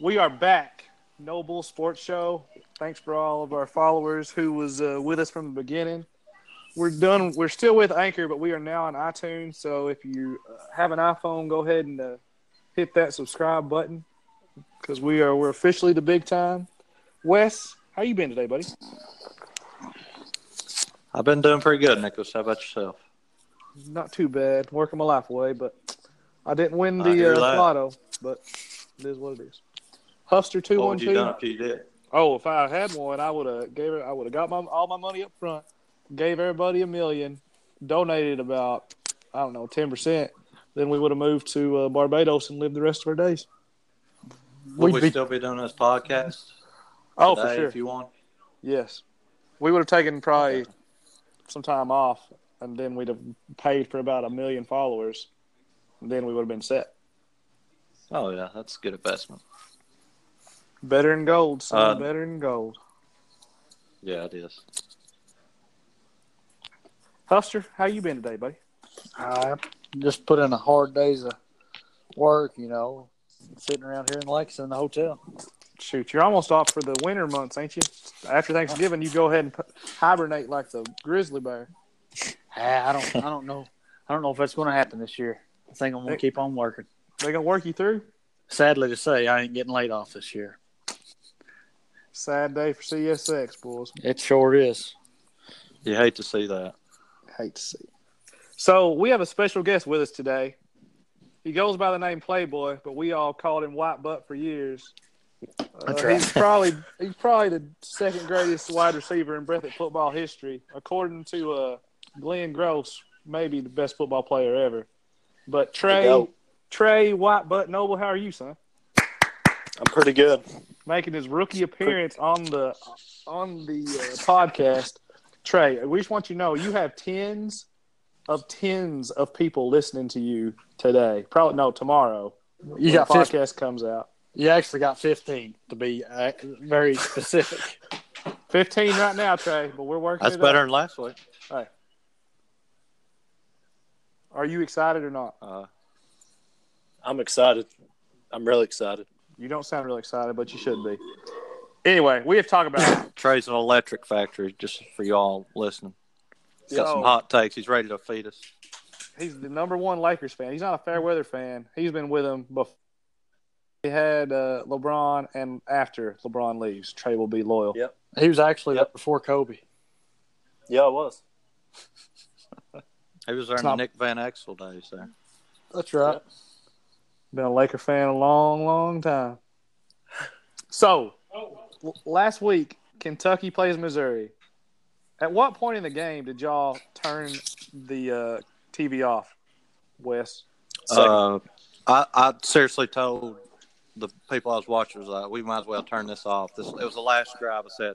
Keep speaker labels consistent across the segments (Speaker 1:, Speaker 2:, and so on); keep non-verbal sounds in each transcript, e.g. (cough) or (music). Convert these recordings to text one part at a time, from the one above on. Speaker 1: We are back. Noble Sports Show. Thanks for all of our followers who was uh, with us from the beginning. We're done. We're still with Anchor, but we are now on iTunes. So if you uh, have an iPhone, go ahead and uh, hit that subscribe button because we are we're officially the big time. Wes, how you been today, buddy?
Speaker 2: I've been doing pretty good, Nicholas. How about yourself?
Speaker 1: Not too bad. Working my life away, but I didn't win
Speaker 2: I
Speaker 1: the
Speaker 2: hear
Speaker 1: uh,
Speaker 2: that.
Speaker 1: lotto, but it is what it is. Huster two
Speaker 2: What
Speaker 1: one
Speaker 2: would you done
Speaker 1: two.
Speaker 2: if you did?
Speaker 1: Oh, if I had one, I would have gave it. I would have got my all my money up front, gave everybody a million, donated about I don't know ten percent. Then we would have moved to uh, Barbados and lived the rest of our days.
Speaker 2: Would
Speaker 1: We'd
Speaker 2: we
Speaker 1: be-
Speaker 2: still be doing this podcast?
Speaker 1: Oh,
Speaker 2: today
Speaker 1: for sure.
Speaker 2: If you want,
Speaker 1: Yes. We would have taken probably some time off and then we'd have paid for about a million followers. And then we would have been set.
Speaker 2: oh yeah, that's a good investment.
Speaker 1: Better in gold, son.
Speaker 2: Uh,
Speaker 1: better in gold.
Speaker 2: Yeah, it is.
Speaker 1: Huster, how you been today, buddy?
Speaker 3: I just put in a hard days of work, you know, sitting around here in Lexington in the hotel.
Speaker 1: Shoot, you're almost off for the winter months, ain't you? After Thanksgiving, you go ahead and p- hibernate like the grizzly bear.
Speaker 3: Ah, I I don't, I don't know, I don't know if that's going to happen this year. I think I'm going to keep on working.
Speaker 1: They gonna work you through.
Speaker 3: Sadly to say, I ain't getting laid off this year.
Speaker 1: Sad day for CSX boys.
Speaker 3: It sure is.
Speaker 2: You hate to see that.
Speaker 1: Hate to see. So we have a special guest with us today. He goes by the name Playboy, but we all called him White Butt for years. Uh,
Speaker 3: That's right.
Speaker 1: He's probably he's probably the second greatest wide receiver in Breathitt football history, according to uh, Glenn Gross, maybe the best football player ever. But Trey,
Speaker 4: GOAT.
Speaker 1: Trey White Butt Noble, how are you, son?
Speaker 4: I'm pretty good.
Speaker 1: making his rookie appearance on the on the uh, podcast. Trey, we just want you to know you have tens of tens of people listening to you today. Probably no tomorrow.
Speaker 3: You
Speaker 1: when
Speaker 3: got
Speaker 1: the
Speaker 3: 15,
Speaker 1: podcast comes out.
Speaker 3: you actually got 15 to be uh, very specific.
Speaker 1: Fifteen right now, Trey. But we're working.
Speaker 2: That's
Speaker 1: it
Speaker 2: better
Speaker 1: Up.
Speaker 2: than last week.
Speaker 1: Are you excited or not?
Speaker 2: Uh,
Speaker 4: I'm excited. I'm really excited.
Speaker 1: You don't sound really excited, but you should be. Anyway, we have to talk (laughs) about.
Speaker 2: Trey's an electric factory, just for y'all listening. He's got some
Speaker 1: So-
Speaker 2: hot takes. He's ready to feed us.
Speaker 1: he's the number one Lakers fan. He's not a fair weather fan. He's been with him before. He had uh, LeBron, and after LeBron leaves, Trey will be loyal.
Speaker 4: Yeah.
Speaker 3: (laughs) He was actually
Speaker 4: Yep.
Speaker 3: up before Kobe.
Speaker 4: Yeah, I was.
Speaker 2: He was there in the
Speaker 3: Stop.
Speaker 2: Nick Van Exel days there.
Speaker 3: That's right.
Speaker 1: Been a Laker fan a long, long time. So, l- last week, Kentucky plays Missouri. At what point in the game did y'all turn the uh, TV off, Wes?
Speaker 4: Second.
Speaker 2: Uh, I, I seriously told the people I was watching, I was like, we might as well turn this off. This It was the last drive I said,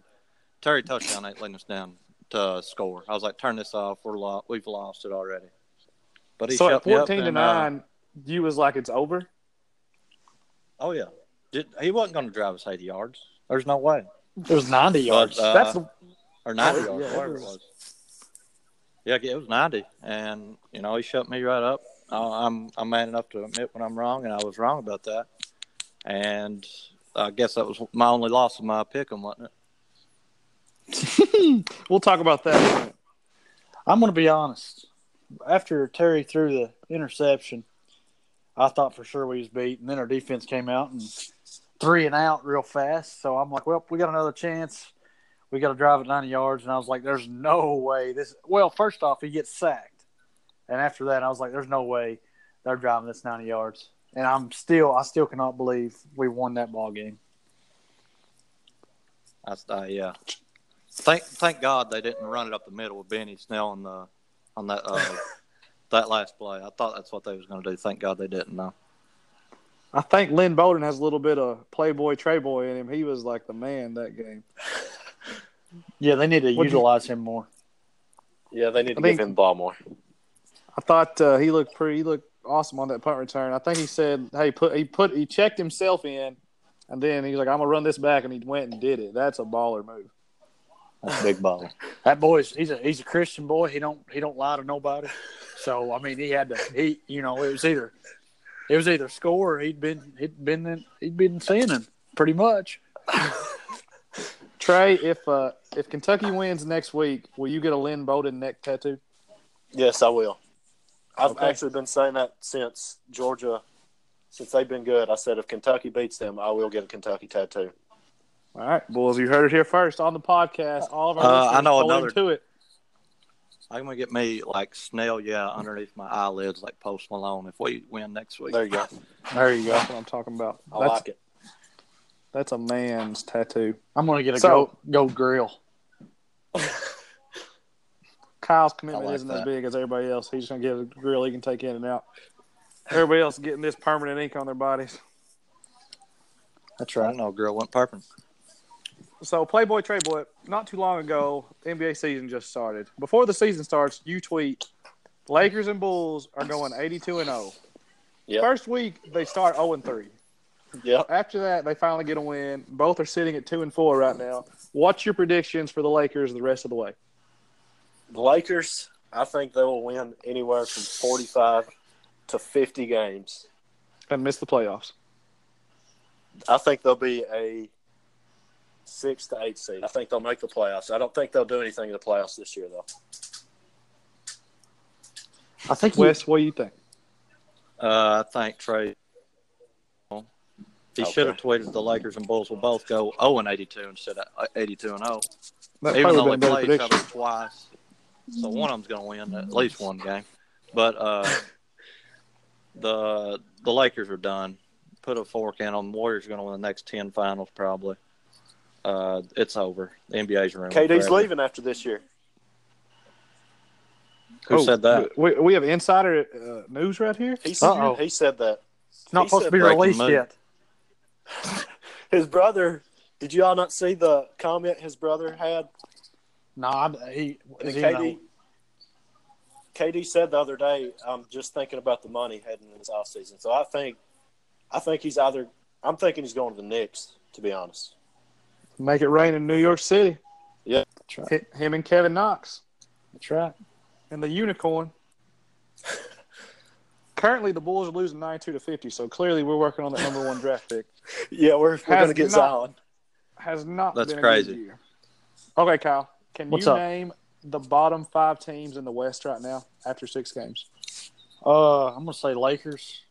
Speaker 2: Terry touchdown ain't letting us down to score. I was like, turn this off. We're lo- we've lost it already. But he
Speaker 1: So at
Speaker 2: shut me up
Speaker 1: 14 to
Speaker 2: and, uh,
Speaker 1: 9, you was like, it's over?
Speaker 2: oh, yeah. Did, he wasn't going to drive us 80 yards. There's no way.
Speaker 3: It was 90 yards.
Speaker 2: But, uh,
Speaker 1: That's the,
Speaker 2: or 90
Speaker 1: Yeah,
Speaker 2: yards,
Speaker 1: it
Speaker 2: whatever it
Speaker 1: was-
Speaker 2: was. Yeah, it was 90. And, you know, he shut me right up. I- I'm, I'm man enough to admit when I'm wrong, and I was wrong about that. And I guess that was my only loss of my pick, wasn't it?
Speaker 1: we'll talk about that. in a minute.
Speaker 3: I'm going to be honest. After Terry threw the interception, I thought for sure we was beat, and then our defense came out and three and out real fast. So I'm like, well, we got another chance. We got to drive at 90 yards, and I was like, there's no way this. Well, first off, he gets sacked, and after that, I was like, there's no way they're driving this 90 yards. And I'm still, I still cannot believe we won that ball game.
Speaker 2: I, I, yeah. Thank, thank God they didn't run it up the middle with Benny Snell on the on that
Speaker 1: (laughs)
Speaker 2: uh, that last play. I thought that's what they was going to do. Thank God they didn't. Though.
Speaker 1: I think Lynn Bowden has a little bit of Playboy Treyboy in him. He was like the man that game.
Speaker 3: Yeah, they need to
Speaker 1: What'd you-
Speaker 3: utilize him more.
Speaker 4: Yeah, they need to
Speaker 1: I
Speaker 4: give
Speaker 1: think-
Speaker 4: him the ball more.
Speaker 1: I thought uh, he looked pretty. He looked awesome on that punt return. I think he said, "Hey, put he put he checked himself in, and then he's like, I'm gonna run this back,' and he went and did it. That's a baller move.
Speaker 2: That's a big ball.
Speaker 3: That boy's he's a he's a Christian boy. He don't he don't lie to nobody. So I mean, he had to he you know it was either it was either score or he'd been he'd been in, he'd been sinning. Pretty much.
Speaker 1: Trey, if uh, if Kentucky wins next week, will you get a Lynn Bowden neck tattoo?
Speaker 4: Yes, I will. I've
Speaker 1: Okay.
Speaker 4: actually been saying that since Georgia, since they've been good. I said if Kentucky beats them, I will get a Kentucky tattoo.
Speaker 1: All right, boys, you heard it here first on the podcast. All of our
Speaker 2: Uh,
Speaker 1: listeners
Speaker 2: I know
Speaker 1: told him
Speaker 2: another-
Speaker 1: to it.
Speaker 2: I'm gonna get me like snail, yeah, underneath my eyelids, like Post Malone. If we win next week,
Speaker 4: There you go.
Speaker 3: There you go.
Speaker 1: That's what I'm talking about.
Speaker 4: I
Speaker 1: that's
Speaker 4: like it.
Speaker 1: that's a man's tattoo.
Speaker 3: I'm gonna get a
Speaker 1: So-
Speaker 3: gold gold grill.
Speaker 1: Kyle's commitment
Speaker 2: I like
Speaker 1: isn't as
Speaker 2: that.
Speaker 1: big as everybody else. He's gonna get a grill he can take in and out. Everybody else getting this permanent ink on their bodies.
Speaker 3: That's
Speaker 2: I
Speaker 3: right.
Speaker 2: don't know, girl went purple.
Speaker 1: So Playboy Trey Boy, not too long ago, NBA season just started. Before the season starts, you tweet Lakers and Bulls are going 82 and 0.
Speaker 4: Yep.
Speaker 1: First week they start 0 and 3.
Speaker 4: Yeah.
Speaker 1: After that, they finally get a win. Both are sitting at 2 and 4 right now. What's your predictions for the Lakers the rest of the way?
Speaker 4: The Lakers, I think they will win anywhere from 45 to 50 games.
Speaker 1: And miss the playoffs.
Speaker 4: I think they'll be a six to eight seed. I think they'll make the playoffs. I don't think they'll do anything in the playoffs this year, though.
Speaker 3: I think you,
Speaker 1: Wes, what do you think?
Speaker 2: Uh, I think Trey. He
Speaker 4: Okay.
Speaker 2: should have tweeted the Lakers and Bulls will both go 0 and 82 instead of uh, 82 and 0.
Speaker 1: That
Speaker 2: Even
Speaker 1: probably
Speaker 2: though
Speaker 1: been a
Speaker 2: they
Speaker 1: better
Speaker 2: play each
Speaker 1: prediction.
Speaker 2: other twice, so one of them's going to win at least one game. But uh, (laughs) the the Lakers are done. Put a fork in them. Warriors are going to win the next ten finals probably. Uh, it's over. The NBA's room.
Speaker 4: KD's leaving after this year.
Speaker 2: Who
Speaker 1: Oh,
Speaker 2: said that?
Speaker 1: We, we have insider uh, news right here.
Speaker 4: He, s-
Speaker 3: Uh-oh.
Speaker 4: he said that.
Speaker 3: it's not
Speaker 4: he
Speaker 3: supposed
Speaker 4: said
Speaker 3: to be
Speaker 2: breaking
Speaker 3: released
Speaker 2: mood.
Speaker 3: yet.
Speaker 4: His brother, did you all not see the comment his brother had?
Speaker 3: No, I, he,
Speaker 4: And
Speaker 3: he
Speaker 4: KD, KD said the other day, I'm just thinking about the money heading into this offseason. So I think I think he's either I'm thinking he's going to the Knicks, to be honest.
Speaker 1: Make it rain in New York City.
Speaker 4: Yeah.
Speaker 3: That's right.
Speaker 1: Hi- Him and Kevin Knox
Speaker 3: That's right.
Speaker 1: and the unicorn. Currently, the Bulls are losing 92 to 50, so clearly we're working on that number one draft pick.
Speaker 4: Yeah, we're, we're
Speaker 1: Has
Speaker 4: going to
Speaker 1: not-
Speaker 4: get Zion.
Speaker 1: Has not
Speaker 2: That's
Speaker 1: been a
Speaker 2: crazy.
Speaker 1: good year. Okay, Kyle, can
Speaker 3: What's
Speaker 1: you
Speaker 3: up?
Speaker 1: name the bottom five teams in the West right now after six games?
Speaker 3: Uh, I'm gonna say Lakers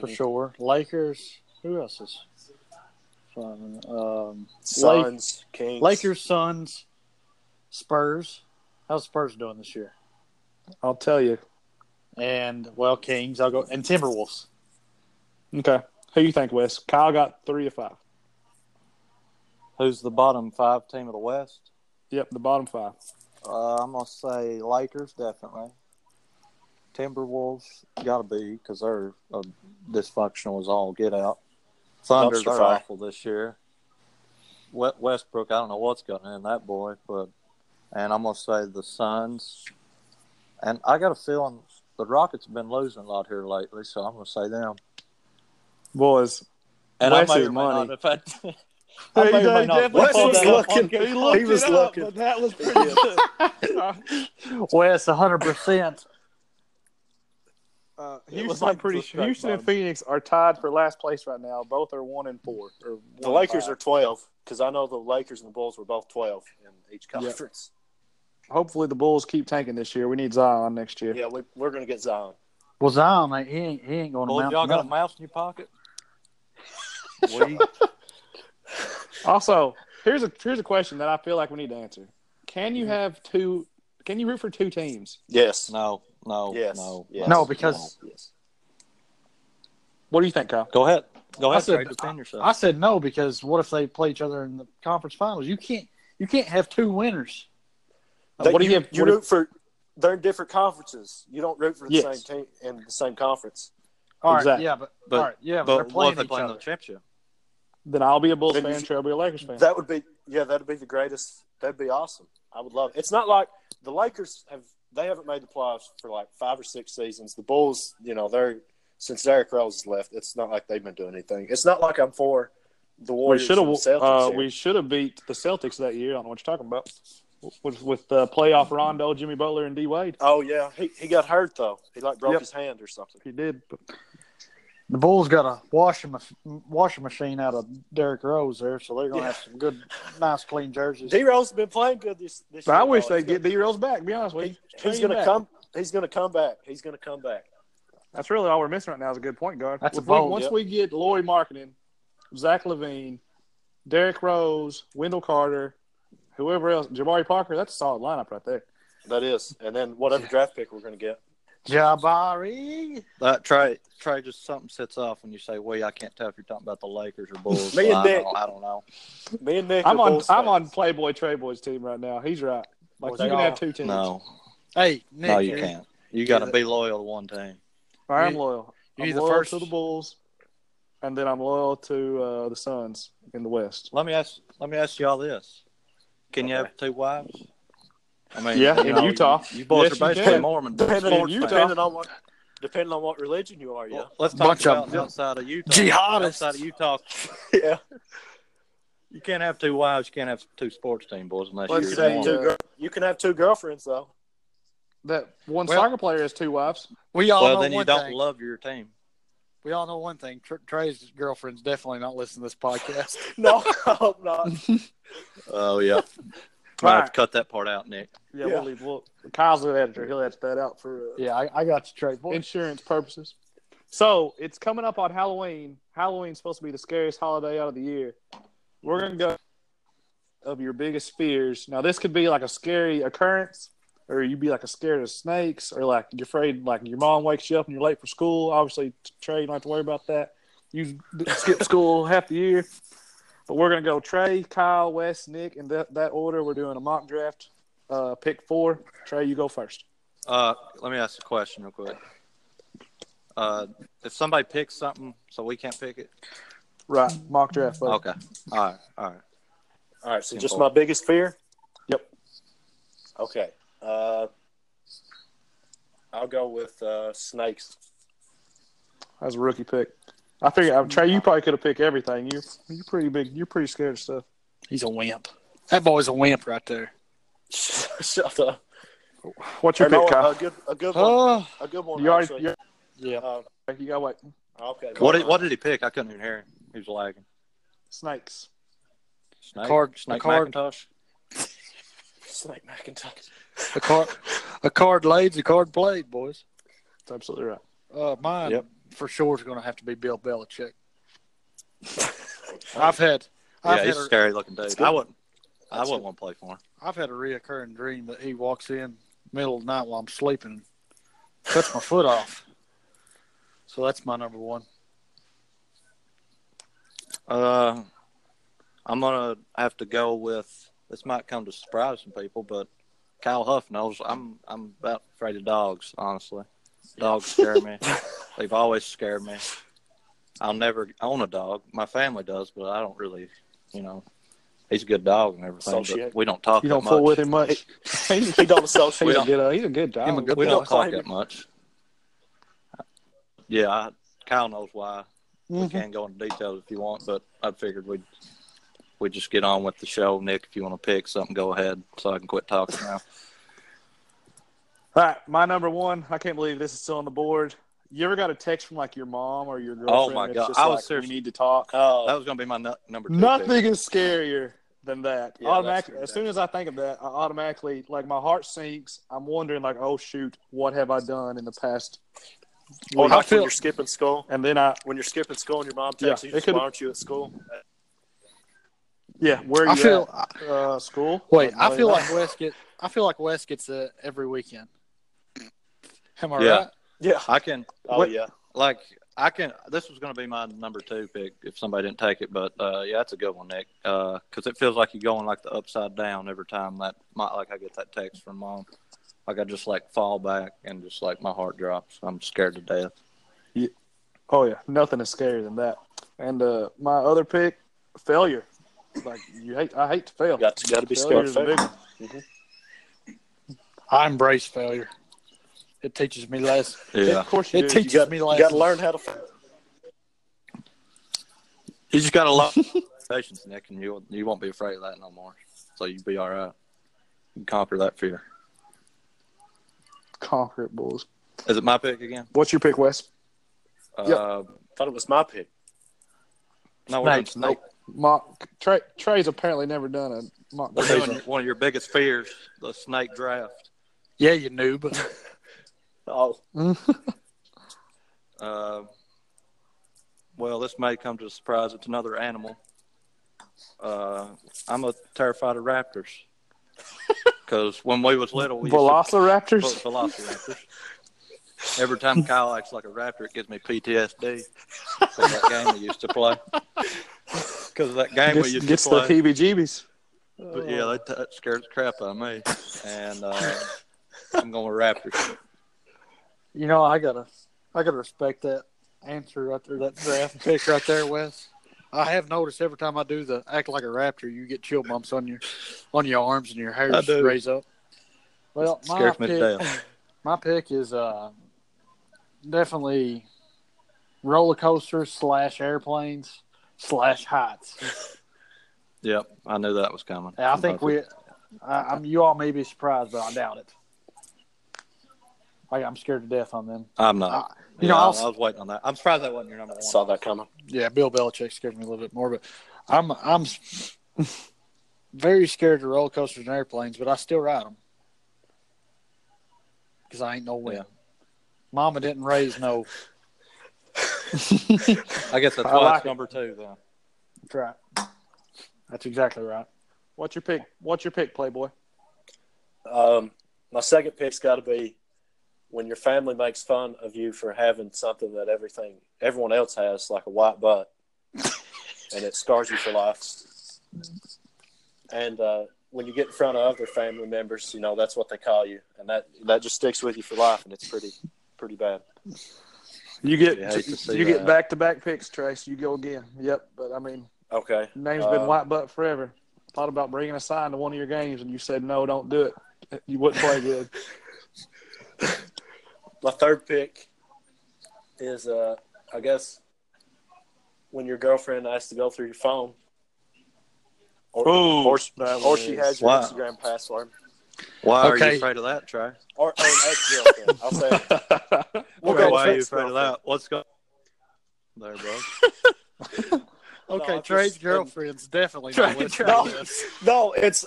Speaker 3: for
Speaker 4: Mhm.
Speaker 3: sure. Lakers. Who else is? fun? Um,
Speaker 4: Suns, Kings.
Speaker 3: Lakers, Suns, Spurs. How's Spurs doing this year?
Speaker 1: I'll tell you.
Speaker 3: And well, Kings. I'll go and Timberwolves.
Speaker 1: Okay. Who you think, Wes? Kyle got three to five.
Speaker 2: Who's the bottom five team of the West?
Speaker 1: Yep, the bottom five.
Speaker 2: Uh, I'm gonna say Lakers definitely. Timberwolves gotta be because they're uh, dysfunctional as all get out. Thunder's
Speaker 4: Dumpster
Speaker 2: are
Speaker 4: fire.
Speaker 2: awful this year. We- Westbrook, I don't know what's gotten in that boy, but and I'm gonna say the Suns. And I got a feeling the Rockets have been losing a lot here lately, so I'm gonna say them.
Speaker 1: Boys,
Speaker 2: And
Speaker 1: Wes
Speaker 2: I may
Speaker 1: is
Speaker 2: or may
Speaker 1: money.
Speaker 2: not have (laughs) had-
Speaker 3: I
Speaker 1: Hey,
Speaker 3: may or may
Speaker 1: they
Speaker 3: not have
Speaker 1: definitely
Speaker 3: pulled
Speaker 4: was
Speaker 3: that up
Speaker 4: looking.
Speaker 3: on camera.
Speaker 4: He looked was it up, looking. but
Speaker 1: that was pretty good.
Speaker 3: Wes, 100. percent
Speaker 1: Uh,
Speaker 2: It was
Speaker 1: Houston,
Speaker 2: like
Speaker 1: I'm pretty
Speaker 2: the
Speaker 1: sure.
Speaker 2: straight
Speaker 1: Houston and
Speaker 2: bottom.
Speaker 1: Phoenix are tied for last place right now. Both are one and four. Or one
Speaker 4: The Lakers
Speaker 1: and
Speaker 4: are 12 because I know the Lakers and the Bulls were both 12 in each conference.
Speaker 1: five. Hopefully, the Bulls keep tanking this year. We need Zion next year.
Speaker 4: Yeah, we, we're going to get Zion.
Speaker 3: Well, Zion, like, he ain't he ain't going to
Speaker 2: Boy,
Speaker 3: mount.
Speaker 2: y'all got a
Speaker 3: nothing.
Speaker 2: mouse in your (laughs) pocket? we,
Speaker 1: Also, here's a here's a question that I feel like we need to answer. Can
Speaker 3: Mm-hmm.
Speaker 1: you have two? Can you root for two teams?
Speaker 4: Yes.
Speaker 2: no, no,
Speaker 4: Yes.
Speaker 2: no,
Speaker 4: yes.
Speaker 3: No, because-
Speaker 4: Yes.
Speaker 1: What do you think, Kyle?
Speaker 2: Go ahead. Go
Speaker 3: I
Speaker 2: ahead,
Speaker 3: said-
Speaker 2: Trey. Defend yourself.
Speaker 3: I said no because what if they play each other in the conference finals? You can't you can't have two winners.
Speaker 1: Uh, What do you
Speaker 4: you,
Speaker 1: give-
Speaker 4: you
Speaker 1: what do-
Speaker 4: root for? They're in different conferences. You don't root for the
Speaker 1: Yes.
Speaker 4: same team in the same conference.
Speaker 3: All right,
Speaker 1: Exactly.
Speaker 3: yeah, but,
Speaker 2: But-
Speaker 3: all right, yeah, but,
Speaker 2: but
Speaker 3: they're
Speaker 2: what
Speaker 3: playing
Speaker 2: if they
Speaker 3: each
Speaker 2: play in
Speaker 3: other.
Speaker 2: the championship?
Speaker 1: Then I'll be a Bulls
Speaker 4: Then
Speaker 1: fan.
Speaker 4: you-
Speaker 1: Trey will be a Lakers fan.
Speaker 4: That would be yeah, that'd be the greatest. That'd be awesome. I would love. It. It's not like the Lakers have they haven't made the playoffs for like five or six seasons. The Bulls, you know, they're since Derrick Rose has left, it's not like they've been doing anything. It's not like I'm for the
Speaker 1: we
Speaker 4: Warriors.
Speaker 1: should
Speaker 4: and
Speaker 1: have
Speaker 4: Celtics
Speaker 1: uh,
Speaker 4: here.
Speaker 1: we should have beat the Celtics that year. I don't know what you're talking about. With, with uh, playoff Rondo, Jimmy Butler, and D Wade.
Speaker 4: Oh yeah, he, he got hurt though. He like broke
Speaker 1: Yep.
Speaker 4: his hand or something.
Speaker 1: He did. But
Speaker 3: The Bulls got a washing mach- washing machine out of Derrick Rose there, so they're gonna
Speaker 4: Yeah.
Speaker 3: have some good, nice, clean jerseys.
Speaker 4: D Rose has been playing good this this
Speaker 1: But I
Speaker 4: year,
Speaker 1: wish
Speaker 4: though.
Speaker 1: they'd get D Rose back, be honest with you.
Speaker 4: He's
Speaker 1: Bring him
Speaker 4: gonna
Speaker 1: back.
Speaker 4: come. He's gonna come back. He's gonna come back.
Speaker 1: That's really all we're missing right now is a good point guard.
Speaker 3: That's a
Speaker 1: If we-
Speaker 3: bold,
Speaker 1: once
Speaker 4: yep.
Speaker 1: we get Lori Marketing, Zach Levine, Derek Rose, Wendell Carter, whoever else, Jabari Parker, that's a solid lineup right there.
Speaker 4: That is, and then whatever draft pick we're gonna get.
Speaker 3: Jabari.
Speaker 2: That Trey, Trey, Uh, just something sits off when you say "we." I can't tell if you're talking about the Lakers or Bulls.
Speaker 4: Me and
Speaker 2: I,
Speaker 4: Nick.
Speaker 2: don't, I don't know.
Speaker 4: Me and Nick.
Speaker 1: I'm
Speaker 4: are
Speaker 1: on
Speaker 4: Bulls
Speaker 1: I'm on
Speaker 4: fans.
Speaker 1: Playboy Trey Boy's team right now. He's right. Like
Speaker 3: Boy,
Speaker 1: you
Speaker 3: they
Speaker 1: can
Speaker 3: are.
Speaker 1: have two teams.
Speaker 2: No,
Speaker 3: Hey, Nick,
Speaker 2: no, you
Speaker 3: you're-
Speaker 2: can't. You got to be loyal to one team.
Speaker 1: I am
Speaker 3: You-
Speaker 1: loyal.
Speaker 3: you
Speaker 1: I'm
Speaker 3: the
Speaker 1: loyal
Speaker 3: first-
Speaker 1: to the Bulls, and then I'm loyal to uh, the Suns in the West.
Speaker 2: Let me ask. Let me ask y'all this: Can you have two wives? I mean,
Speaker 1: Yeah,
Speaker 2: you
Speaker 1: in
Speaker 2: know,
Speaker 1: Utah.
Speaker 2: you, you boys
Speaker 1: Yes,
Speaker 2: are
Speaker 1: you
Speaker 2: basically
Speaker 1: can.
Speaker 2: Mormon.
Speaker 4: Depending,
Speaker 2: sports
Speaker 1: Utah.
Speaker 2: fans.
Speaker 4: depending on what, depending on what religion you are, yeah.
Speaker 2: Well, let's talk
Speaker 3: Bunch of
Speaker 2: about
Speaker 3: them.
Speaker 2: outside of Utah.
Speaker 3: Jihadists.
Speaker 2: Outside of
Speaker 3: (laughs)
Speaker 2: Utah,
Speaker 4: yeah.
Speaker 2: you can't have two wives. You can't have two sports team boys unless
Speaker 1: Let's
Speaker 2: you're
Speaker 1: say,
Speaker 2: Mormon.
Speaker 1: uh,
Speaker 4: Two girl- you can have two girlfriends though.
Speaker 1: (laughs) That one
Speaker 3: Well-
Speaker 1: soccer player has two wives.
Speaker 3: We all
Speaker 2: well,
Speaker 3: know
Speaker 2: then you
Speaker 3: one
Speaker 2: don't
Speaker 3: thing.
Speaker 2: love your team.
Speaker 3: we all know one thing. Tr- Trey's girlfriend's definitely not listening to this podcast.
Speaker 4: No, (laughs) I hope
Speaker 1: (laughs)
Speaker 4: not.
Speaker 2: Oh (laughs) yeah. Might have to cut that part out, Nick.
Speaker 1: Yeah,
Speaker 4: Yeah.
Speaker 1: We'll leave, we'll, Kyle's the editor. He'll edit that out for uh,
Speaker 3: yeah, I, I got you, Trey. Boy,
Speaker 1: insurance purposes. So it's coming up on Halloween. Halloween's supposed to be the scariest holiday out of the year. We're gonna go of your biggest fears. Now this could be like a scary occurrence, or you'd be like a scared of snakes, or like you're afraid like your mom wakes you up and you're late for school. Obviously, Trey, you don't have to worry about that. You skip school (laughs) half the year. But we're gonna go Trey, Kyle, Wes, Nick, in that, that order. We're doing a mock draft. Uh, pick four. Trey, you go first.
Speaker 2: Uh, let me ask a question real quick. Uh, if somebody picks something, so we can't pick it.
Speaker 1: Right, mock draft. buddy.
Speaker 2: Okay. All right. All right.
Speaker 4: All right, so just
Speaker 2: Simple.
Speaker 4: my biggest fear.
Speaker 1: Yep.
Speaker 4: Okay. Uh, I'll go with uh, snakes. (laughs)
Speaker 1: That was a rookie pick. I figure uh, Trey, you probably could have picked everything. You you pretty big. You're pretty scared of stuff.
Speaker 3: he's a wimp. That boy's a wimp right there.
Speaker 4: Shut up.
Speaker 1: What's your
Speaker 4: Or no,
Speaker 1: pick, Kyle?
Speaker 4: a
Speaker 2: uh,
Speaker 4: good, a good one.
Speaker 3: Oh,
Speaker 4: A good one.
Speaker 1: you already
Speaker 4: actually.
Speaker 1: you
Speaker 3: yeah.
Speaker 4: Uh,
Speaker 1: you got what?
Speaker 4: okay.
Speaker 2: What did, what did he pick? I couldn't even hear him. He was lagging.
Speaker 1: Snakes.
Speaker 2: Snake.
Speaker 3: Card-
Speaker 2: Snake
Speaker 3: card-
Speaker 2: McIntosh.
Speaker 4: Snake McIntosh.
Speaker 3: A card, a card laid, a card played, boys.
Speaker 1: That's absolutely right.
Speaker 3: Uh, mine
Speaker 2: Yep.
Speaker 3: for sure is going to have to be Bill
Speaker 2: (laughs)
Speaker 3: Belichick. I've had,
Speaker 2: Yeah,
Speaker 3: I've had,
Speaker 2: he's a
Speaker 3: a,
Speaker 2: scary looking dude.
Speaker 4: good.
Speaker 2: I wouldn't. I
Speaker 4: That's
Speaker 2: wouldn't want to play for him.
Speaker 3: I've had a reoccurring dream that he walks in middle of the night while I'm sleeping, and cuts my foot off. So that's my number one.
Speaker 2: Uh, I'm gonna have to go with. This might come to surprise some people, but Kyle Huff knows I'm. I'm about afraid of dogs. Honestly, dogs
Speaker 1: (laughs)
Speaker 2: scare me. They've always scared me. I'll never own a dog. My family does, but I don't really. You know, he's a good dog and everything,
Speaker 4: Associate.
Speaker 2: but we don't talk
Speaker 1: You
Speaker 2: that
Speaker 1: don't
Speaker 2: much.
Speaker 1: fool with him much. he's,
Speaker 4: (laughs) He
Speaker 1: he's,
Speaker 4: don't associate.
Speaker 1: a good, uh, he's a good dog.
Speaker 3: Him a good
Speaker 2: we don't
Speaker 3: dog.
Speaker 2: talk
Speaker 4: Claim
Speaker 2: that
Speaker 4: it.
Speaker 2: much. Yeah, I, Kyle knows why.
Speaker 3: Mm-hmm.
Speaker 2: We can go into details if you want, but I figured we'd we would just get on with the show. Nick, if you want to pick something, go ahead, so I can quit talking now.
Speaker 1: All right, my number one. I can't believe this is still on the board. You ever got a text from like your mom or your girlfriend?
Speaker 2: Oh, my
Speaker 1: that's
Speaker 2: God.
Speaker 1: just
Speaker 2: I was
Speaker 1: like,
Speaker 2: serious-
Speaker 1: We need to talk.
Speaker 4: Oh,
Speaker 2: That was going to be my nu- number two. pick.
Speaker 1: Nothing is scarier than that.
Speaker 4: Yeah,
Speaker 1: Automatic
Speaker 4: that's-
Speaker 1: as soon as I think of that, I automatically like my heart sinks. I'm wondering like, oh shoot, what have I done in the past?
Speaker 2: Oh,
Speaker 4: or
Speaker 1: week?
Speaker 4: like
Speaker 3: feel-
Speaker 4: when you're skipping school.
Speaker 1: And then I
Speaker 4: When you're skipping school and your mom texts
Speaker 1: Yeah,
Speaker 4: you,
Speaker 1: it
Speaker 4: just,
Speaker 1: could've-
Speaker 4: why aren't you at school?
Speaker 1: yeah, where you
Speaker 3: I feel. I,
Speaker 1: at? Uh, school?
Speaker 3: wait, I
Speaker 1: Like,
Speaker 3: feel
Speaker 1: uh,
Speaker 3: like Wes get. I feel like Wes gets uh, every weekend. Am I
Speaker 2: Yeah.
Speaker 3: right?
Speaker 4: Yeah.
Speaker 2: I can
Speaker 4: Oh
Speaker 1: What-
Speaker 4: yeah.
Speaker 2: like I can. This was going to be my number two pick if somebody didn't take it, but uh, yeah, that's a good one, Nick, because it feels like you're going like the upside down every time that my, like I get that text from mom. Like I just like fall back and just like my heart drops. I'm scared to death.
Speaker 1: oh yeah, nothing is scarier than that. And uh, my other pick, failure. Like you hate, I hate to fail.
Speaker 4: Got to, got to be
Speaker 1: Failure
Speaker 4: scared.
Speaker 1: is a big one.
Speaker 3: I embrace failure. It teaches me less.
Speaker 2: Yeah,
Speaker 1: Of course you
Speaker 3: It
Speaker 1: do.
Speaker 3: teaches
Speaker 4: You got,
Speaker 3: me
Speaker 4: you
Speaker 3: lessons.
Speaker 4: got to learn how to.
Speaker 2: you just got a (laughs) lot of patience, Nick, and you you won't be afraid of that no more. So you'll be all right. You conquer that fear.
Speaker 1: conquer it, bulls.
Speaker 2: Is it my pick again?
Speaker 1: What's your pick, Wes?
Speaker 2: Uh,
Speaker 4: Thought it was my pick.
Speaker 2: no, we're doing
Speaker 3: Snakes.
Speaker 2: Snake.
Speaker 1: Mock Trey, Trey's apparently never done a mock.
Speaker 2: We're
Speaker 1: draft.
Speaker 2: doing one of your biggest fears, the snake draft.
Speaker 3: Yeah, you noob.
Speaker 4: Oh,
Speaker 2: Uh, well, this may come to a surprise. It's another animal. Uh, I'm a terrified of raptors
Speaker 1: (laughs)
Speaker 2: because when we was little, we used to
Speaker 1: Velociraptors.
Speaker 2: Vel- Velociraptors. Every time Kyle acts like a raptor, it gives me PTSD. From that game we used
Speaker 1: (laughs)
Speaker 2: to play. Because that game we
Speaker 1: Gets,
Speaker 2: used
Speaker 1: gets
Speaker 2: to
Speaker 1: the
Speaker 2: play.
Speaker 1: heebie-jeebies.
Speaker 2: but yeah, that, that scares the crap out of me. And uh, I'm going with raptors.
Speaker 3: (laughs) You know, I gotta, I gotta respect that answer right there, that draft pick right there, Wes. I have noticed every time I do the act like a raptor, you get chill bumps on your, on your arms and your hair
Speaker 2: I do.
Speaker 3: raise up. Well,
Speaker 2: It
Speaker 3: my
Speaker 2: scares me
Speaker 3: pick,
Speaker 2: to death.
Speaker 3: my pick is uh, definitely roller coasters slash airplanes slash heights.
Speaker 2: Yep, I knew that was coming.
Speaker 3: And I think we, I, I'm you all may be surprised, but I doubt it. Like I'm scared to death on them.
Speaker 2: I'm not.
Speaker 3: I- you know,
Speaker 2: Yeah, I,
Speaker 3: I'll,
Speaker 2: I was waiting on that. I'm surprised that wasn't your number
Speaker 4: I
Speaker 2: one.
Speaker 4: saw that coming.
Speaker 3: yeah, Bill Belichick scares me a little bit more, but I'm I'm s- (laughs) very scared of roller coasters and airplanes, but I still ride them because I ain't no wimp.
Speaker 2: Yeah.
Speaker 3: Mama didn't raise no.
Speaker 2: I guess that's
Speaker 3: I
Speaker 2: why
Speaker 3: like
Speaker 2: it's
Speaker 3: it.
Speaker 2: number two, though.
Speaker 3: That's right. That's exactly right.
Speaker 1: What's your pick? What's your pick, Playboy?
Speaker 4: Um, my second pick's got to be when your family makes fun of you for having something that everything everyone else has, like a white (laughs) butt, and it scars you for life. And uh, when you get in front of other family members, you know that's what they call you, and that that just sticks with you for life, and it's pretty pretty bad.
Speaker 1: You get
Speaker 2: Yeah, I hate to see
Speaker 1: you get
Speaker 2: that.
Speaker 1: back to back picks, Trace. You go again. Yep. But I mean,
Speaker 4: Okay,
Speaker 1: name's
Speaker 4: Uh,
Speaker 1: been white butt forever. Thought about bringing a sign to one of your games, and you said no, don't do it. You wouldn't play good. (laughs)
Speaker 4: my third pick is uh I guess when your girlfriend asks to go through your phone. Or,
Speaker 1: Ooh,
Speaker 4: or,
Speaker 1: that
Speaker 4: or she
Speaker 1: was-
Speaker 4: has your
Speaker 2: wow.
Speaker 4: Instagram password.
Speaker 2: Why are
Speaker 3: Okay.
Speaker 2: you afraid of that, Trey?
Speaker 4: Or, or an ex girlfriend. I'll say it. We'll
Speaker 2: Trey, why
Speaker 4: go
Speaker 2: are you
Speaker 4: with
Speaker 2: afraid of
Speaker 4: ex-girlfriend.
Speaker 2: that? Let's go. There, bro.
Speaker 4: Okay,
Speaker 3: Okay,
Speaker 4: No, Trey's
Speaker 3: Trey's
Speaker 4: just-
Speaker 3: girlfriend's definitely
Speaker 1: Trey-
Speaker 3: not
Speaker 1: listening to
Speaker 4: No,
Speaker 1: Trey-
Speaker 4: (laughs) no, it's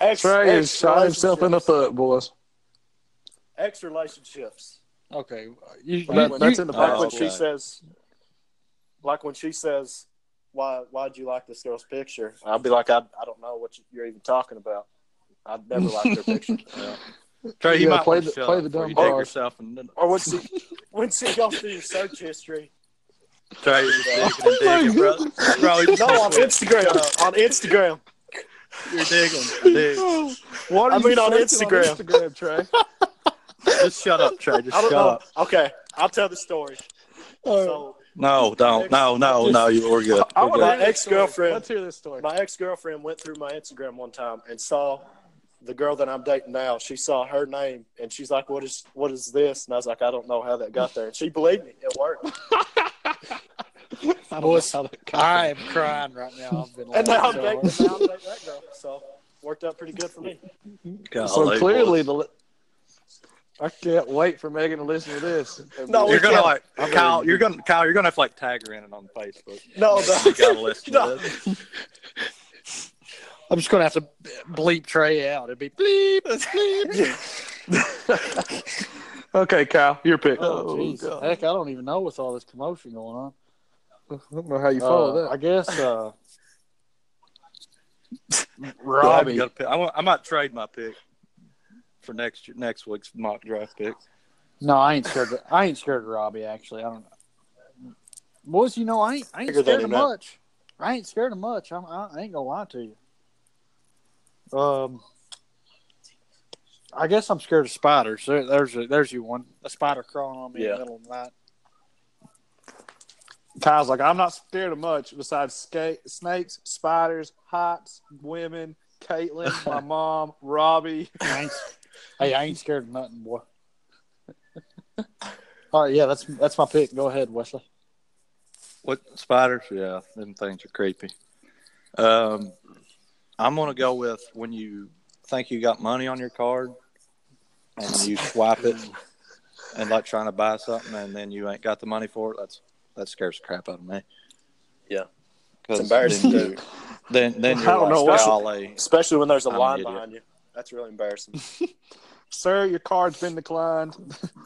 Speaker 4: ex.
Speaker 1: Trey has
Speaker 4: ex
Speaker 1: shot himself in the
Speaker 4: relationships.
Speaker 1: foot, boys.
Speaker 4: Ex relationships.
Speaker 3: Okay, you,
Speaker 1: That,
Speaker 3: you-
Speaker 1: that's in the
Speaker 4: Like
Speaker 2: Oh,
Speaker 4: when
Speaker 1: Bible.
Speaker 2: okay.
Speaker 4: she says, like when she says, "Why, why'd you like this girl's picture?" I'll be like, "I, I don't know what you- you're even talking about. I'd never liked (laughs) her picture."
Speaker 2: Trey, you
Speaker 1: Yeah,
Speaker 2: might
Speaker 1: play
Speaker 2: want
Speaker 1: the-
Speaker 2: to shut
Speaker 1: play
Speaker 2: up
Speaker 1: the
Speaker 2: before
Speaker 1: dumb
Speaker 2: you dig
Speaker 1: part.
Speaker 2: yourself and
Speaker 4: Or when she, (laughs) when she goes through your search history.
Speaker 2: Trey, you're
Speaker 1: (laughs) Oh
Speaker 2: just digging and digging, bro. Bro, you're
Speaker 4: No, on
Speaker 2: just-
Speaker 4: Instagram. On Instagram.
Speaker 2: you're digging. Dig.
Speaker 1: What
Speaker 4: I
Speaker 1: are you
Speaker 4: mean on
Speaker 1: searching
Speaker 4: Instagram.
Speaker 1: Instagram, Trey.
Speaker 2: Just shut up, Trey. Just
Speaker 4: I don't
Speaker 2: shut
Speaker 4: know.
Speaker 2: up.
Speaker 4: Okay, I'll tell the story. So
Speaker 2: No, don't. No, no, no. You are good.
Speaker 1: (laughs) I
Speaker 2: We're
Speaker 1: want
Speaker 4: wanna-
Speaker 2: good.
Speaker 1: to
Speaker 4: My
Speaker 1: hear this story.
Speaker 4: ex-girlfriend-
Speaker 1: Let's hear this story.
Speaker 4: my ex girlfriend went through my Instagram one time and saw the girl that I'm dating now. She saw her name and she's like, "What is what is this?" And I was like, "I don't know how that got there." And she believed me. It worked.
Speaker 3: boys, I am crying right now. I've been
Speaker 4: And now I'm
Speaker 3: laughing so
Speaker 4: dating,
Speaker 3: hard.
Speaker 4: now I'm dating that girl. So worked out pretty good for me.
Speaker 1: so
Speaker 2: Golly,
Speaker 1: clearly,
Speaker 2: boys.
Speaker 1: the li- I can't wait for Megan to listen to this.
Speaker 4: No,
Speaker 2: you're gonna
Speaker 4: can't.
Speaker 2: like Kyle. You're gonna Kyle. You're gonna have to like tag her in it on Facebook.
Speaker 4: (laughs) No,
Speaker 1: Oh,
Speaker 4: no.
Speaker 2: You gotta
Speaker 1: (laughs)
Speaker 2: listen
Speaker 4: No.
Speaker 2: to this.
Speaker 3: I'm just gonna have to bleep Trey out. It'd be bleep, bleep.
Speaker 1: Okay, Kyle, your pick.
Speaker 3: Oh, jeez. Heck, I don't even know with all this commotion going on.
Speaker 1: I don't know how you follow
Speaker 3: Uh, I
Speaker 1: that.
Speaker 3: guess uh,
Speaker 2: I,
Speaker 3: Robbie.
Speaker 2: gotta pick- I want- I might trade my pick for next year- next week's mock draft pick.
Speaker 3: No, I ain't scared. Of, I ain't scared of Robbie. Actually, I don't. Boys, you know I ain't. I ain't
Speaker 4: Bigger than
Speaker 3: scared of
Speaker 4: him, huh?
Speaker 3: much. I ain't scared of much. I'm, I I ain't gonna lie to you. Um, I guess I'm scared of spiders. There, there's a, there's you one. A spider crawling on me
Speaker 4: Yeah.
Speaker 3: in the middle of the night.
Speaker 1: Kyle's like, I'm not scared of much besides ska- snakes, spiders, heights, women, Caitlin, my (laughs) mom, Robbie.
Speaker 3: I ain't, hey, I ain't scared of nothing, boy. (laughs) All right, yeah, that's that's my pick. Go ahead, Wesley.
Speaker 2: What spiders? Yeah, them things are creepy. Um, I'm gonna go with when you think you got money on your card and you swipe it and like trying to buy something and then you ain't got the money for it. That's that scares the crap out of me.
Speaker 4: Yeah.
Speaker 2: 'Cause
Speaker 4: It's embarrassing,
Speaker 2: Then,
Speaker 4: dude.
Speaker 2: then, then you're
Speaker 1: I don't
Speaker 2: like,
Speaker 1: know why-
Speaker 2: golly,
Speaker 4: (laughs) Especially when there's a
Speaker 2: I'm an
Speaker 4: line
Speaker 2: idiot.
Speaker 4: behind you. That's really embarrassing.
Speaker 1: Sir, your card's been declined.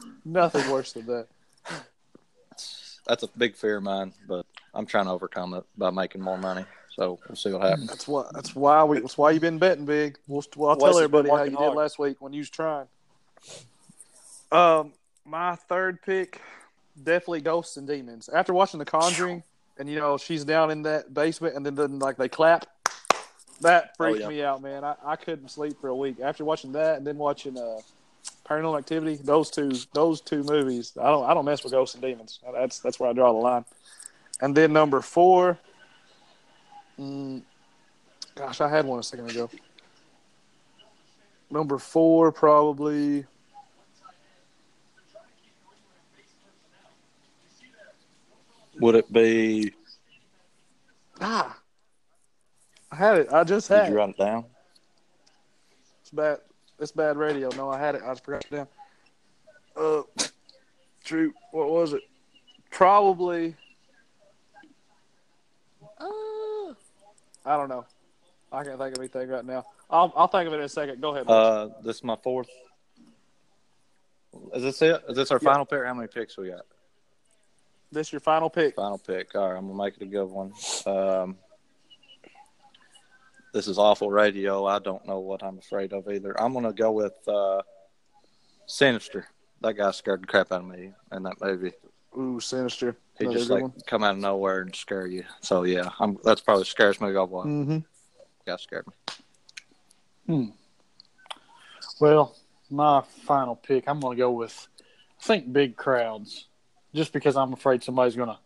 Speaker 1: (laughs) Nothing worse than that.
Speaker 2: that's a big fear of mine, but I'm trying to overcome it by making more money. So we'll see what happens.
Speaker 1: That's why. That's why we. That's why you've been betting big. We'll, well I'll
Speaker 4: Wes has
Speaker 1: tell
Speaker 4: been
Speaker 1: everybody how
Speaker 4: working
Speaker 1: you
Speaker 4: hard.
Speaker 1: did last week when you was trying. Um, my third pick, definitely ghosts and demons. After watching The Conjuring, and you know she's down in that basement, and then, then like they clap.
Speaker 2: Oh,
Speaker 1: That freaked
Speaker 4: yeah.
Speaker 1: me out, man. I, I couldn't sleep for a week after watching that, and then watching uh, Paranormal Activity. Those two, those two movies. I don't, I don't mess with ghosts and demons. That's that's where I draw the line. And then number four. Mm, gosh, I had one a second ago. Number four, probably.
Speaker 2: Would it be?
Speaker 1: Ah, I had it. I just
Speaker 2: Did
Speaker 1: had
Speaker 2: you
Speaker 1: it.
Speaker 2: write it down?
Speaker 1: It's bad. It's bad radio. No, I had it. I just forgot it down. Uh, true. What was it? Probably. Uh, I don't know. I can't think of anything right now. I'll I'll think of it in a second. Go ahead. Mark.
Speaker 2: Uh, this is my fourth. Is this it? Is this our
Speaker 1: Yeah.
Speaker 2: final pick? How many picks we got?
Speaker 1: this your final pick.
Speaker 2: Final pick. All right, I'm gonna make it a good one. Um, this is awful radio. I don't know what I'm afraid of either. I'm gonna go with uh, Sinister. That guy scared the crap out of me in that movie.
Speaker 1: Ooh, sinister.
Speaker 2: He
Speaker 1: Another
Speaker 2: just
Speaker 1: good
Speaker 2: like
Speaker 1: one.
Speaker 2: come out of nowhere and scare you. So yeah, I'm, that's probably the scariest movie I've watched.
Speaker 1: Mm-hmm.
Speaker 2: Got scared me.
Speaker 3: Well, my final pick, I'm going to go with, I think, big crowds, just because I'm afraid somebody's going to